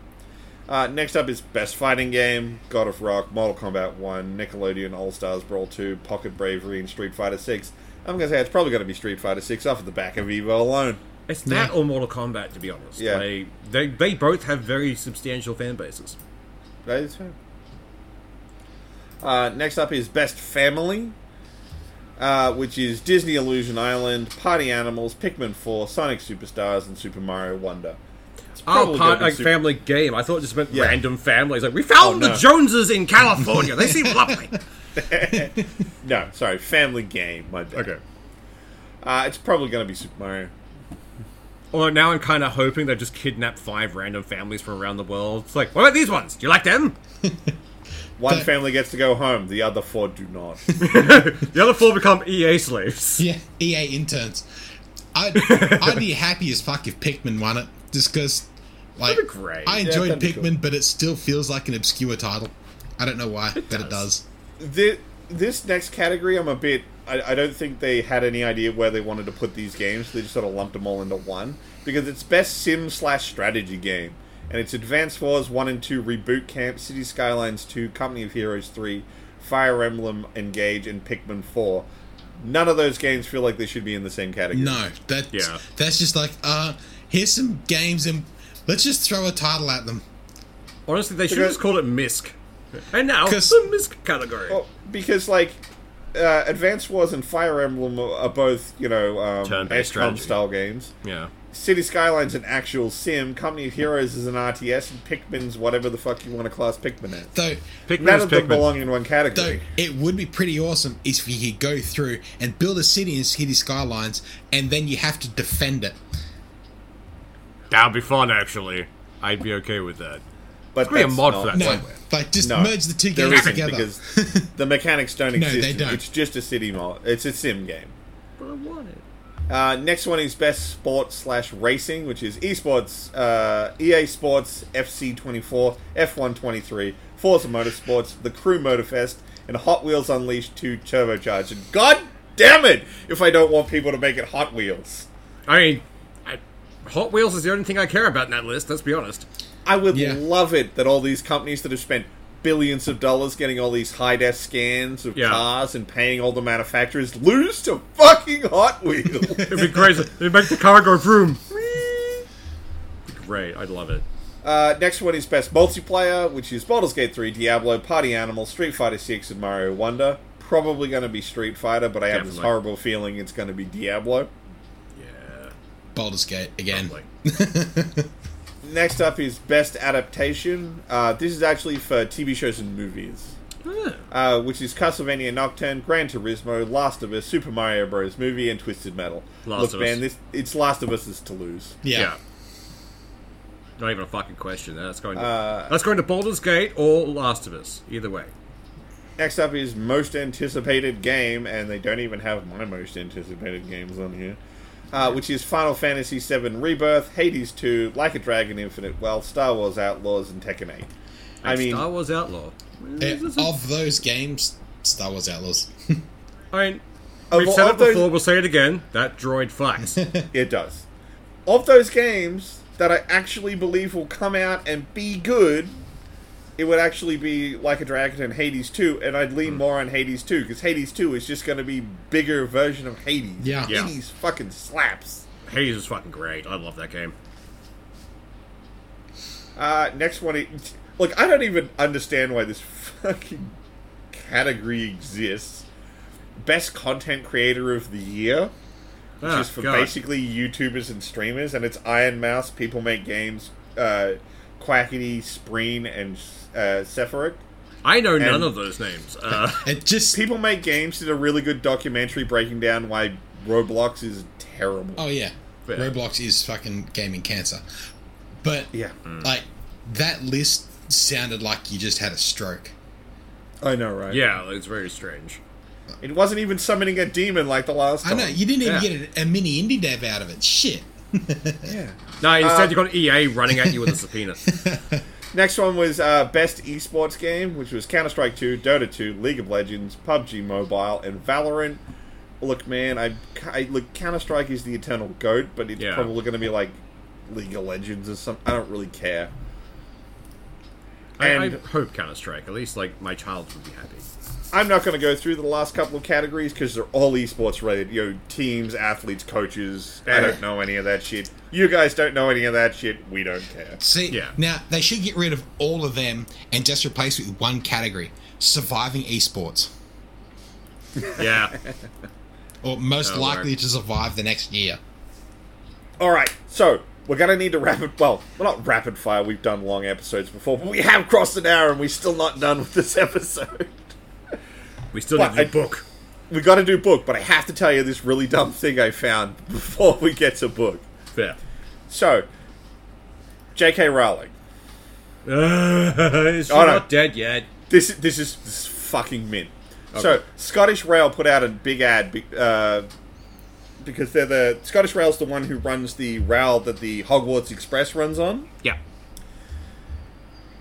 S2: Uh, next up is Best Fighting Game, God of Rock, Mortal Kombat 1, Nickelodeon All Stars Brawl 2, Pocket Bravery, and Street Fighter 6. I'm going to say it's probably going to be Street Fighter 6 off of the back of Evo alone.
S3: It's that
S4: Yeah.
S3: or Mortal Kombat, to be honest.
S2: Yeah.
S3: Like, they they both have very substantial fan bases.
S2: That is fair. Uh, next up is Best Family, uh, which is Disney Illusion Island, Party Animals, Pikmin 4, Sonic Superstars, and Super Mario Wonder. It's
S3: Oh,
S2: probably gonna
S3: part
S2: be
S3: like
S2: Super-
S3: family game. I thought it just meant
S2: Yeah.
S3: random families. Like we found
S2: Oh, no.
S3: the Joneses in California. They seem lovely.
S2: No, sorry, Family Game. My bad.
S3: Okay.
S2: Uh, it's probably going to be Super Mario.
S3: Although now I'm kind of hoping they just kidnap five random families from around the world. It's like, what about these ones? Do you like them?
S2: One
S4: But-
S2: family gets to go home, the other four do not.
S3: The other four become EA slaves.
S4: Yeah, EA E interns. I'd, I'd be happy as fuck if Pikmin won it, just because, like,
S3: That'd be great.
S4: I
S3: Yeah,
S4: enjoyed
S2: that'd be
S4: Pikmin, but it still feels like an obscure title. I don't know why, but it does.
S2: this, this next category, I'm a bit. I, I don't think they had any idea where they wanted to put these games. They just sort of lumped them all into one because it's best sim slash strategy game, and it's Advanced Wars One and Two Reboot Camp, City Skylines Two, Company of Heroes Three, Fire Emblem Engage, and Pikmin Four. None of those games feel like they should be in the same category.
S4: No, that's
S3: Yeah.
S4: that's just like, uh, here's some games and let's just throw a title at them.
S3: Honestly, they should
S2: Because-
S3: have just called it MISC. And now,
S4: 'Cause-
S3: the MISC category.
S2: Well, because like uh, Advanced Wars and Fire Emblem are both you know um,
S3: Turn-based
S2: XCOM
S3: strategy.
S2: style games.
S3: Yeah.
S2: City Skylines an actual sim. Company of Heroes is an RTS, and Pikmin's whatever the fuck you want to class Pikmin as.
S4: Though,
S3: Pikmin
S2: None
S3: is
S2: of them
S3: Pikmin.
S2: belong in one
S4: though
S2: category.
S4: it would be pretty awesome if you could go through and build a city in City Skylines, and then you have to defend it.
S3: That'd be fun, actually. I'd be okay with that.
S2: But
S3: be a
S2: that's
S3: mod
S2: not-
S3: for that
S4: No,
S3: somewhere.
S4: like just
S2: No,
S4: merge the two
S2: There
S4: games
S2: isn't
S4: together.
S2: because the mechanics don't
S4: No,
S2: exist.
S4: they don't.
S2: It's just a city mod. It's a sim game.
S3: But I want it.
S2: Uh, next one is best sport slash racing, which is esports, uh, EA Sports, FC 24, F1 23, Forza Motorsports, The Crew Motorfest, and Hot Wheels Unleashed 2 Turbocharged. And God damn it, if I don't want people to make it Hot Wheels.
S3: I mean, I, Hot Wheels is the only thing I care about in that list, let's be honest.
S2: I would
S4: Yeah.
S2: love it that all these companies that have spent billions of dollars getting all these high def scans of
S3: Yeah.
S2: cars and paying all the manufacturers lose to fucking Hot Wheels.
S3: It'd be crazy. It'd make the car go vroom. Great, I'd love it.
S2: Uh, next one is best multiplayer, which is Baldur's Gate 3, Diablo, Party Animal, Street Fighter 6, and Mario Wonder. Probably going to be Street Fighter, but I have this
S3: Definitely.
S2: horrible feeling it's going to be Diablo.
S3: Yeah.
S4: Baldur's Gate again.
S3: Like,
S2: Next up is best adaptation. Uh, this is actually for TV shows and movies. uh, which is Castlevania Nocturne, Gran Turismo, Last of Us, Super Mario Bros. Movie, and Twisted Metal.
S3: Last
S2: Look,
S3: of
S2: man,
S3: Us.
S2: this it's Last of Us is to lose.
S4: Yeah.
S3: yeah. Not even a fucking question. That's going to,
S2: Uh,
S3: that's going to Baldur's Gate or Last of Us. Either way.
S2: Next up is most anticipated game, and they don't even have my most anticipated games on here, uh, which is Final Fantasy VII Rebirth, Hades 2, Like a Dragon, Infinite Well, Star Wars Outlaws, and Tekken 8. I mean,
S3: Star Wars Outlaw.
S4: Eh, of those games, Star Wars Outlaws.
S3: I mean,
S2: Of-
S3: we've said
S2: of
S3: it
S2: those-
S3: before, we'll say it again. That droid fucks.
S2: It does. Of those games that I actually believe will come out and be good, it would actually be Like a Dragon and Hades 2, and I'd lean more on Hades 2 because Hades 2 is just going to be bigger version of Hades.
S4: Yeah. Yeah.
S2: Hades fucking slaps.
S3: Hades is fucking great. I love that game.
S2: Uh, next one, is- look, I don't even understand why this fucking category exists. Best content creator of the year.
S3: Which
S4: Ah,
S2: just for basically YouTubers and streamers, and it's Iron Mouse, People Make Games, uh, Quackity, Spreen, and uh, Sephiroth.
S3: I know none
S2: and-
S3: of those names. Uh,
S4: It just
S2: People Make Games did a really good documentary breaking down why Roblox is terrible.
S4: oh yeah,
S3: Yeah.
S4: Roblox is fucking gaming cancer. But
S2: Yeah,
S4: like that list sounded like you just had a stroke.
S2: I know, right?
S3: yeah, it's very strange.
S2: It wasn't even summoning a demon like the last
S4: I
S2: time.
S4: know you didn't even
S3: Yeah.
S4: get a, a mini indie dev out of it. Shit.
S2: Yeah.
S3: No,
S2: Uh,
S3: instead you got EA running at you with a subpoena.
S2: Next one was uh, Best Esports Game, which was Counter Strike 2, Dota 2, League of Legends, PUBG Mobile, and Valorant. Look, man, I, I look Counter Strike is the eternal goat, but it's
S3: Yeah.
S2: probably going to be like League of Legends or something. I don't really care.
S3: I, I
S2: And-
S3: hope Counter Strike. At least, like my child would be happy.
S2: I'm not going to go through the last couple of categories because they're all esports related. You know, teams, athletes, coaches. I don't know any of that shit. You guys don't know any of that shit. We don't care.
S4: See,
S3: Yeah.
S4: now they should get rid of all of them and just replace it with one category: surviving esports,
S3: Yeah,
S2: Oh,
S4: or most
S3: That'll
S4: likely
S3: work.
S4: to survive the next year.
S2: All right, so we're going to need to rapid. Well, we're not rapid fire. We've done long episodes before, but we have crossed an hour and we're still not done with this episode.
S3: we still
S2: But
S3: need a
S2: I-
S3: book.
S2: We got to do book, but I have to tell you this really dumb thing I found before we get to book.
S3: Fair.
S2: So, J.K. Rowling.
S5: She's
S2: Oh, no.
S5: not dead yet.
S2: This this is, this is fucking mint. So Scottish Rail put out a big ad be- uh, because they're the Scottish Rail's the one who runs the rail that the Hogwarts Express runs on.
S3: Yeah.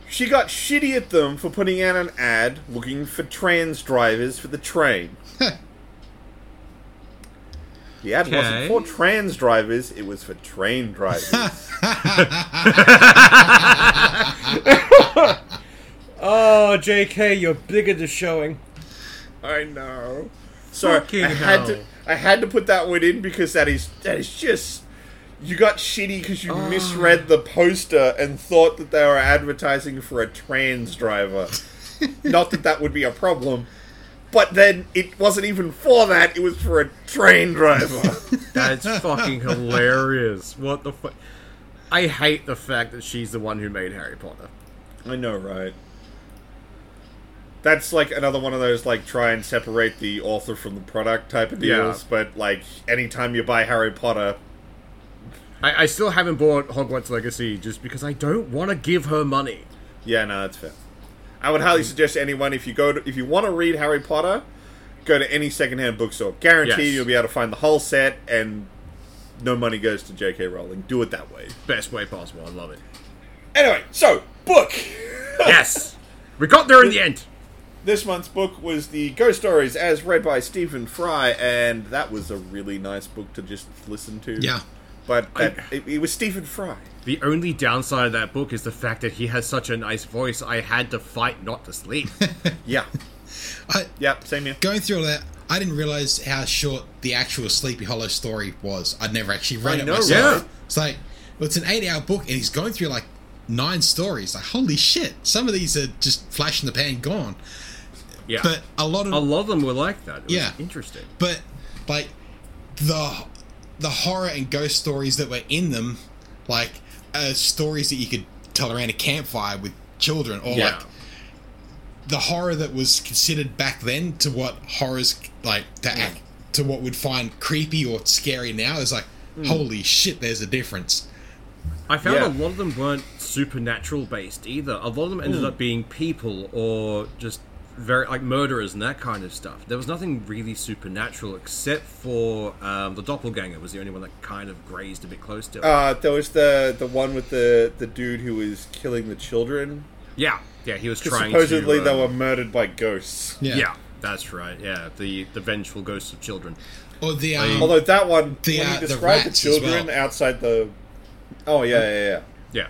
S2: She got shitty at them for putting out an ad looking for trans drivers for the train. the ad wasn't
S3: Okay.
S2: for trans drivers; it was for train drivers.
S5: Oh, JK, your bigger is showing.
S2: I know. So
S3: Fucking
S2: I had to
S3: hell.
S2: I had to put that one in because that is that is just you got shitty because you
S3: Ah.
S2: misread the poster and thought that they were advertising for a trans driver. Not that that would be a problem, but then it wasn't even for that. It was for a train driver.
S3: That's fucking hilarious. What the fuck? I hate the fact that she's the one who made Harry Potter.
S2: I know, right? That's like another one of those like try and separate the author from the product type of
S3: Yeah.
S2: deals. But like anytime you buy Harry Potter,
S3: I, I still haven't bought Hogwarts Legacy just because I don't want to give her money.
S2: Yeah, no, that's fair. I would highly suggest anyone if you go to, if you want to read Harry Potter, go to any secondhand bookstore. Guarantee
S3: Yes.
S2: you'll be able to find the whole set, and no money goes to J.K. Rowling. Do it that way.
S3: Best way possible. I love it.
S2: Anyway, so book.
S3: Yes, we got there in the end.
S2: This month's book was the Ghost Stories as read by Stephen Fry, and that was a really nice book to just listen to.
S4: Yeah.
S2: but that, it, it was Stephen Fry.
S3: The only downside of that book is the fact that he has such a nice voice. I had to fight not to sleep.
S2: Yeah,
S4: I,
S2: yeah, same here.
S4: going through all that, I didn't realize how short the actual Sleepy Hollow story was. I'd never actually read
S2: I
S4: it
S2: know,
S4: myself.
S2: right?
S4: It's like, well, it's an eight-hour book, and he's going through like nine stories. Like, holy shit! Some of these are just flash in the pan, gone.
S3: Yeah,
S4: But a lot of
S3: a lot of them were like that. It was
S4: Yeah.
S3: interesting.
S4: but like the the horror and ghost stories that were in them like uh, stories that you could tell around a campfire with children or
S3: Yeah,
S4: like the horror that was considered back then to what horrors like to act to what would find creepy or scary now is like holy shit there's a difference
S3: I found
S2: Yeah.
S3: a lot of them weren't supernatural based either. A lot of them
S4: Hmm.
S3: ended up being people or just very like murderers and that kind of stuff. There was nothing really supernatural except for um, the doppelganger was the only one that kind of grazed a bit close to it.
S2: Uh, there was the the one with the the dude who was killing the children.
S3: yeah, yeah, he was trying.
S2: Supposedly
S3: to,
S2: they
S3: um,
S2: were murdered by ghosts.
S3: Yeah. that's right. Yeah, the the vengeful ghosts of children.
S4: or the um,
S2: Although that one,
S4: The,
S2: when
S4: uh,
S2: you
S4: the
S2: described the,
S4: rats as
S2: children
S4: well.
S2: outside the, oh yeah, yeah,
S3: Yeah,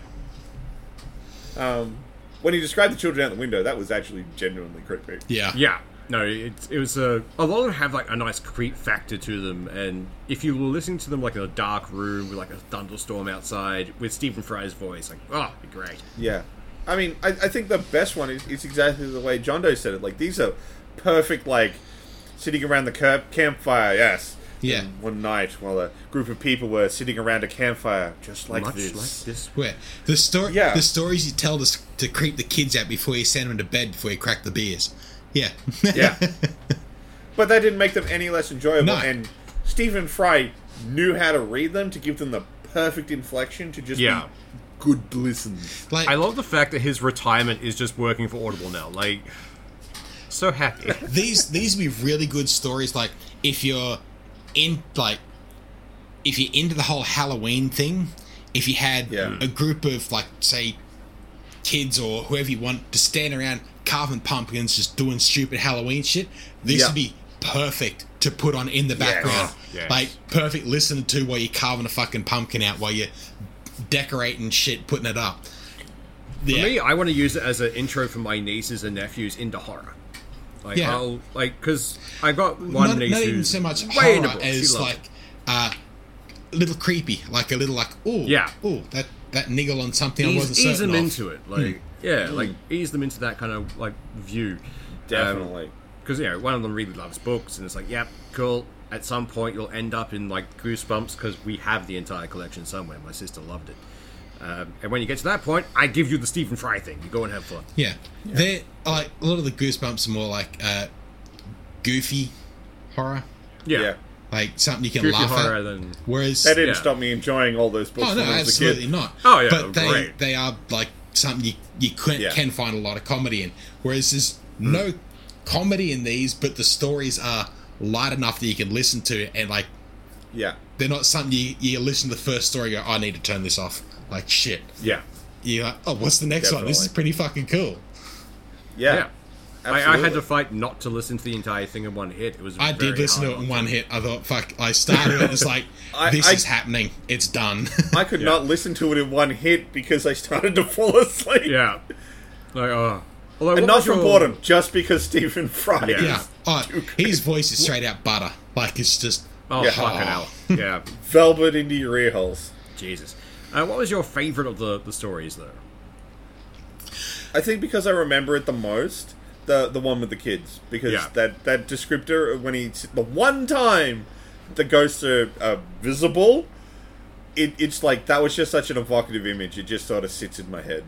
S2: yeah. Um, when you described the children out the window, that was actually genuinely creepy.
S4: yeah
S3: yeah. No, it, it was a a lot of them have like a nice creep factor to them, and if you were listening to them like in a dark room with like a thunderstorm outside with Stephen Fry's voice, like oh, it'd be great.
S2: Yeah, I mean, I, I think the best one is, is exactly the way John Doe said it. Like these are perfect, like sitting around the camp, campfire. Yes.
S4: Yeah.
S2: And one night, while a group of people were sitting around a campfire, just like
S3: Much
S2: this.
S3: like this.
S4: where the story
S2: Yeah.
S4: the stories you tell to, s- to creep the kids out before you send them to bed before you crack the beers yeah
S2: Yeah. but that didn't make them any less enjoyable.
S4: No.
S2: And Stephen Fry knew how to read them to give them the perfect inflection to just
S3: Yeah.
S2: be good listens.
S4: like
S3: I love the fact that his retirement is just working for Audible now. Like, so happy.
S4: these these would be really good stories. Like if you're in like if you're into the whole Halloween thing, if you had
S2: Yeah.
S4: a group of like say kids or whoever you want to stand around carving pumpkins, just doing stupid Halloween shit, this
S2: Yeah.
S4: would be perfect to put on in the background.
S3: Yes.
S4: Like perfect listening to while you're carving a fucking pumpkin out while you're decorating shit, putting it up. yeah.
S3: me, I want to use it as an intro for my nieces and nephews into horror. Like,
S4: Yeah.
S3: I'll, like, because I got one
S4: not,
S3: niece
S4: not
S3: who's
S4: even so much
S3: way into
S4: horror
S3: books. She
S4: as
S3: loves
S4: like
S3: it.
S4: uh, a little creepy, like a little like oh
S3: Yeah.
S4: oh that that niggle on something I wasn't
S3: ease, ease
S4: certain
S3: them
S4: of. Hmm.
S3: into it. Like, yeah, like ease them into that kind of like view.
S2: Definitely.
S3: Because you know, one of them really loves books, and it's like, yep, cool. At some point, you'll end up in like goosebumps because we have the entire collection somewhere. My sister loved it. Um, and when you get to that point, I give you the Stephen Fry thing. You go and have fun.
S4: Yeah. They're like a lot of the goosebumps are more like uh, goofy horror,
S3: Yeah,
S2: yeah.
S4: like something you can
S3: goofy
S4: laugh
S3: horror.
S4: at.
S3: Then
S4: Whereas
S2: That didn't
S3: Yeah.
S2: stop me enjoying all those books
S4: oh no,
S2: when I was a
S4: absolutely
S2: kid.
S4: not.
S3: Oh, yeah,
S4: but they
S3: great.
S4: they are like something you you can,
S2: Yeah.
S4: can find a lot of comedy in. Whereas there's no
S3: Mm.
S4: comedy in these, but the stories are light enough that you can listen to and like
S2: Yeah.
S4: they're not something you, you listen to the first story and go, I need to turn this off. Like shit.
S3: yeah,
S4: You're like, oh, what's the next one? This is pretty fucking cool.
S2: Yeah.
S3: yeah. I, I had
S2: Absolutely.
S3: to fight not to listen to the entire thing in one hit. It was
S4: I
S3: very
S4: did listen to
S3: hard.
S4: it in one hit. I thought, fuck, I started it. It's like,
S2: I-
S4: this
S2: I-
S4: is happening. It's done.
S2: I could not listen to it in one hit because I started to fall asleep.
S3: Yeah, like oh, Although, what
S2: And not
S3: was
S2: from
S3: your-
S2: boredom, just because Stephen Fry.
S3: Yeah.
S2: is
S4: yeah. Oh, his voice is straight out butter. Like, it's just.
S3: Oh
S2: Yeah.
S3: fucking hell! Yeah,
S2: Velvet into your ear holes.
S3: Jesus. Uh, what was your favorite of the, the stories though?
S2: I think because I remember it the most, the the one with the kids, because
S3: Yeah.
S2: that that descriptor of when he the one time the ghosts are, are visible, it, it's like that was just such an evocative image. It just sort of sits in my head.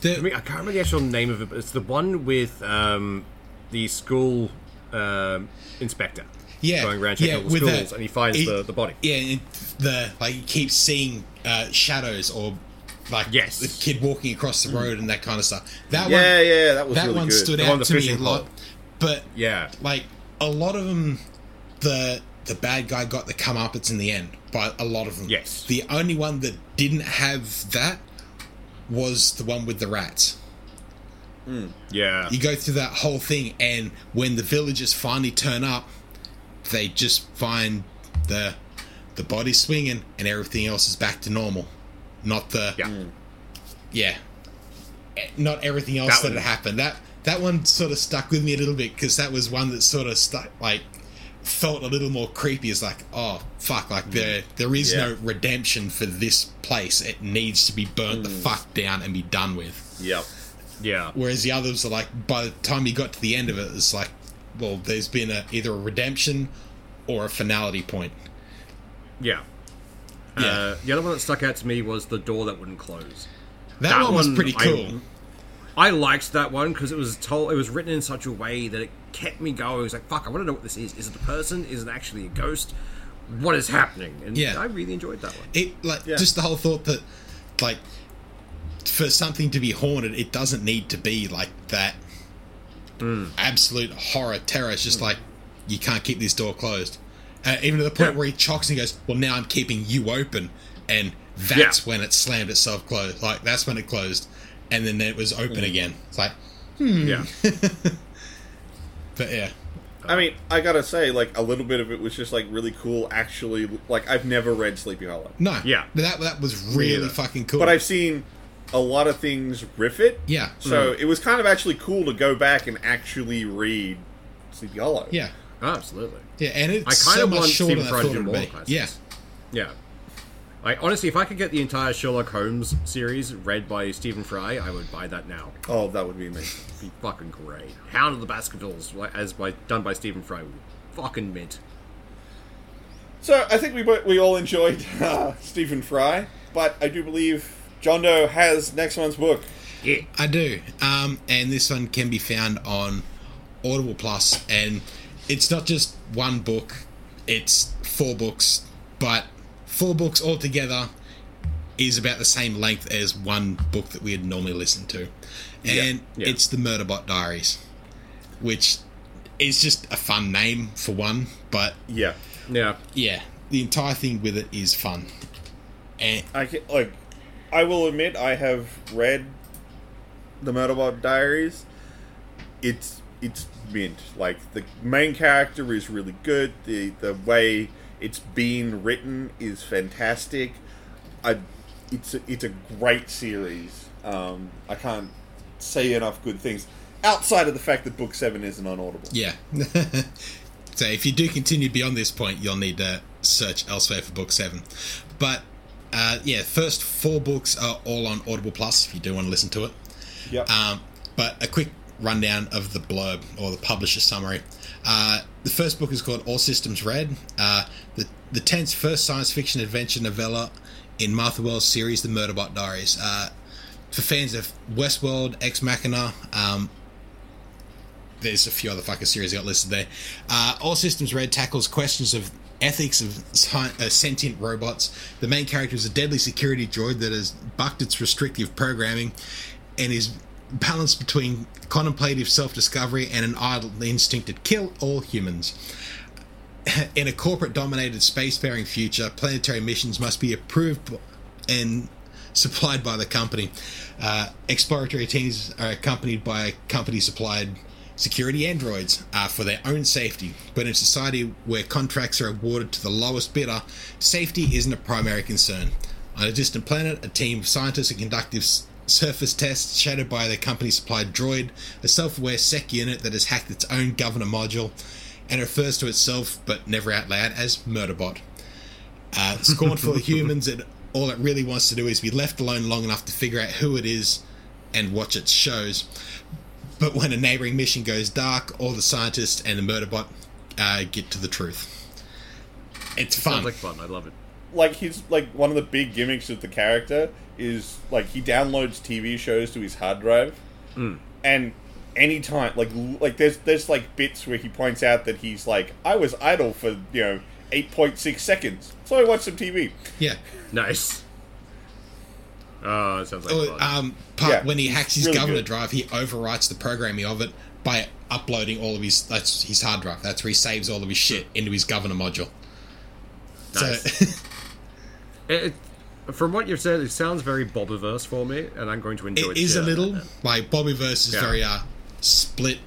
S4: The,
S3: I mean, I can't remember the actual name of it, but it's the one with um, the school um, inspector.
S4: yeah.
S3: going around
S4: yeah,
S3: checking all the
S4: with e-
S3: schools,
S4: the-
S3: and he finds
S4: it-
S3: the, the body.
S4: Yeah, and the, like, you keep seeing uh, shadows or, like,
S3: Yes.
S4: the kid walking across the road and that kind of stuff. That
S2: Mm. Yeah,
S4: one,
S2: yeah, that was
S4: that
S2: really
S4: one
S2: good.
S4: stood
S3: The
S4: out
S3: one with
S4: to
S3: the
S4: me a
S3: fishing
S4: lot.
S3: pole.
S4: But
S3: Yeah,
S4: like a lot of them the the bad guy got the comeuppance in the end by a lot of them
S3: Yes.
S4: the only one that didn't have that was the one with the rats
S3: yeah,
S4: you go through that whole thing and when the villagers finally turn up they just find the the body swinging and everything else is back to normal not the
S3: yeah.
S4: yeah, Eh, not everything else that,
S3: That one-
S4: had happened. That that one sort of stuck with me a little bit because that was one that sort of stuck like felt a little more creepy. It's like, oh fuck, like there
S3: Mm.
S4: there is
S2: Yeah.
S4: no redemption for this place. It needs to be burnt
S3: Mm.
S4: the fuck down and be done with.
S2: Yep.
S3: yeah.
S4: Whereas the others are like, by the time you got to the end of it, it's like, well, there's been a, either a redemption or a finality point.
S3: Yeah. Uh, the other one that stuck out to me was the door that wouldn't close.
S4: That,
S3: that
S4: one, was
S3: one
S4: pretty
S3: I-
S4: cool.
S3: I liked that one because it was told it was written in such a way that it kept me going. It was like, fuck, I want to know what this is. Is it a person? Is it actually a ghost? What is happening? And
S4: Yeah.
S3: I really enjoyed that one.
S4: it like just the whole thought that like for something to be haunted it doesn't need to be like that
S3: Mm.
S4: absolute horror terror it's just like you can't keep this door closed uh, even to the point
S3: Yeah.
S4: where he chocks and goes well now i'm keeping you open and that's
S3: Yeah.
S4: when it slammed itself closed like that's when it closed and then it was open
S3: Mm.
S4: again it's like Mm.
S3: Yeah.
S4: but yeah
S2: I mean, I gotta say, like a little bit of it was just like really cool. Actually, like I've never read Sleepy Hollow,
S4: no
S3: Yeah.
S4: that, that was really
S3: neither.
S4: fucking cool
S2: but I've seen a lot of things riff it.
S4: yeah
S2: So it was kind of actually cool to go back and actually read Sleepy Hollow.
S4: yeah
S3: Oh, Absolutely.
S4: yeah and it's
S3: I kind
S4: so
S3: of
S4: much
S3: want
S4: shorter
S3: Stephen
S4: than
S3: Fry
S4: i
S3: to
S4: thought
S3: do
S4: it
S3: more
S4: would be
S3: classics.
S4: yeah
S3: Yeah. I honestly, if I could get the entire Sherlock Holmes series read by Stephen Fry, I would buy that now.
S2: Oh, that would be amazing.
S3: It'd be fucking great. Hound of the Baskervilles, like, as by done by Stephen Fry, would be fucking mint.
S2: So I think we bo- we all enjoyed uh, Stephen Fry, but I do believe John Doe has next month's book.
S3: Yeah.
S4: I do. Um, and this one can be found on Audible Plus, and it's not just one book; it's four books, but four books altogether is about the same length as one book that we had normally listened to, and
S3: yeah.
S4: it's the Murderbot Diaries, which is just a fun name for one, but
S2: Yeah,
S3: Yeah.
S4: yeah, the entire thing with it is fun. And
S2: I can, like. I will admit I have read the Murderbot Diaries. It's it's mint. Like the main character is really good. The the way it's been written is fantastic. I it's a, it's a great series. Um, I can't say enough good things outside of the fact that book seven isn't on Audible.
S4: Yeah. so if you do continue beyond this point, you'll need to search elsewhere for book seven. But uh, yeah, first four books are all on Audible Plus if you do want to listen to it.
S2: Yep.
S4: Um, but a quick rundown of the blurb or the publisher summary. Uh, the first book is called All Systems Red. Uh, the the tense first science fiction adventure novella in Martha Wells' series, The Murderbot Diaries. Uh, for fans of Westworld, Ex Machina, um, there's a few other fucking series I got listed there. Uh, All Systems Red tackles questions of ethics of sci- uh, sentient robots. The main character is a deadly security droid that has bucked its restrictive programming and is balanced between contemplative self discovery and an idle instinct to kill all humans. In a corporate dominated spacefaring future, planetary missions must be approved and supplied by the company. Uh, exploratory teams are accompanied by company supplied security androids uh, for their own safety. But in a society where contracts are awarded to the lowest bidder, safety isn't a primary concern. On a distant planet, a team of scientists are conducting s- surface tests shadowed by their company supplied droid, a self aware sec unit that has hacked its own governor module and refers to itself, but never out loud, as Murderbot. Uh, scornful of humans, and all it really wants to do is be left alone long enough to figure out who it is and watch its shows. But when a neighboring mission goes dark, all the scientists and the Murderbot uh, get to the truth. It's fun.
S3: Sounds like fun. I love it.
S2: Like his like one of the big gimmicks of the character is like he downloads TV shows to his hard drive, and anytime like l- like there's there's like bits where he points out that he's like I was idle for you know eight point six seconds, so I watched some TV.
S4: yeah.
S3: Nice. Oh, it sounds like
S4: Oh,
S3: fun.
S4: um, part
S2: Yeah,
S4: when he
S2: it's
S4: hacks his
S2: really
S4: governor
S2: good.
S4: drive, he overwrites the programming of it by uploading all of his that's his hard drive. That's where he saves all of his shit into his governor module.
S3: Nice.
S4: So
S3: It, it- from what you've said, it sounds very Bobiverse for me, and I'm going to enjoy
S4: it
S3: the
S4: is
S3: shit out
S4: a
S3: of
S4: little
S3: that.
S4: like Bobby versus
S3: Yeah.
S4: very uh split,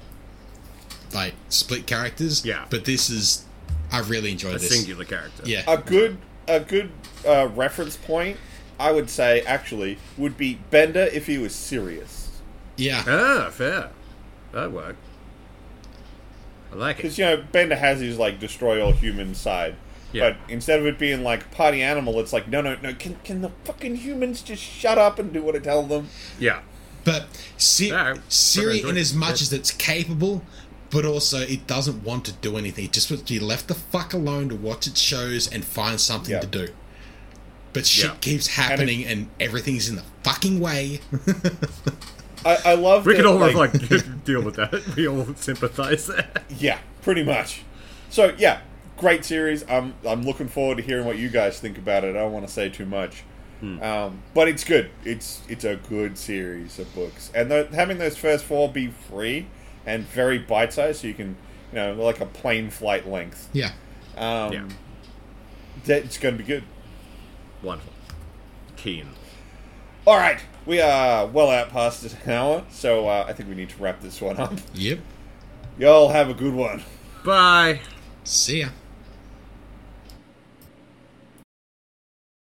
S4: like split characters.
S3: Yeah.
S4: but this is I really enjoyed
S3: a
S4: this.
S3: singular character.
S4: Yeah,
S2: A good a good uh, reference point, I would say actually would be Bender if he was serious.
S4: yeah,
S3: Ah, fair. That worked. I like
S2: Because
S3: it.
S2: you know Bender has his like destroy all human side,
S3: Yeah.
S2: but instead of it being like party animal, it's like no no no. Can can the fucking humans just shut up and do what I tell them?
S3: Yeah.
S4: but Si-
S3: No,
S4: Siri,
S3: enjoyed
S4: in
S3: it.
S4: as much
S3: Yeah.
S4: as it's capable. But also, it doesn't want to do anything. It just wants to be left the fuck alone to watch its shows and find something
S2: Yeah.
S4: to do. But shit
S3: Yeah.
S4: keeps happening, and, everything's in the fucking way.
S2: I, I love
S3: We can
S2: that,
S3: all like, deal with that. We all sympathise there.
S2: Yeah, pretty much. So yeah, great series. I'm I'm looking forward to hearing what you guys think about it. I don't want to say too much,
S3: Hmm.
S2: um, but it's good. It's it's a good series of books, and tho- having those first four be free and very bite sized, so you can you know like a plane flight length.
S4: yeah.
S2: Um,
S3: Yeah.
S2: that- it's going to be good.
S3: Wonderful. Keen.
S2: All right, we are well out past an hour, so uh, I think we need to wrap this one up.
S4: Yep.
S2: Y'all have a good one.
S3: Bye.
S4: See ya.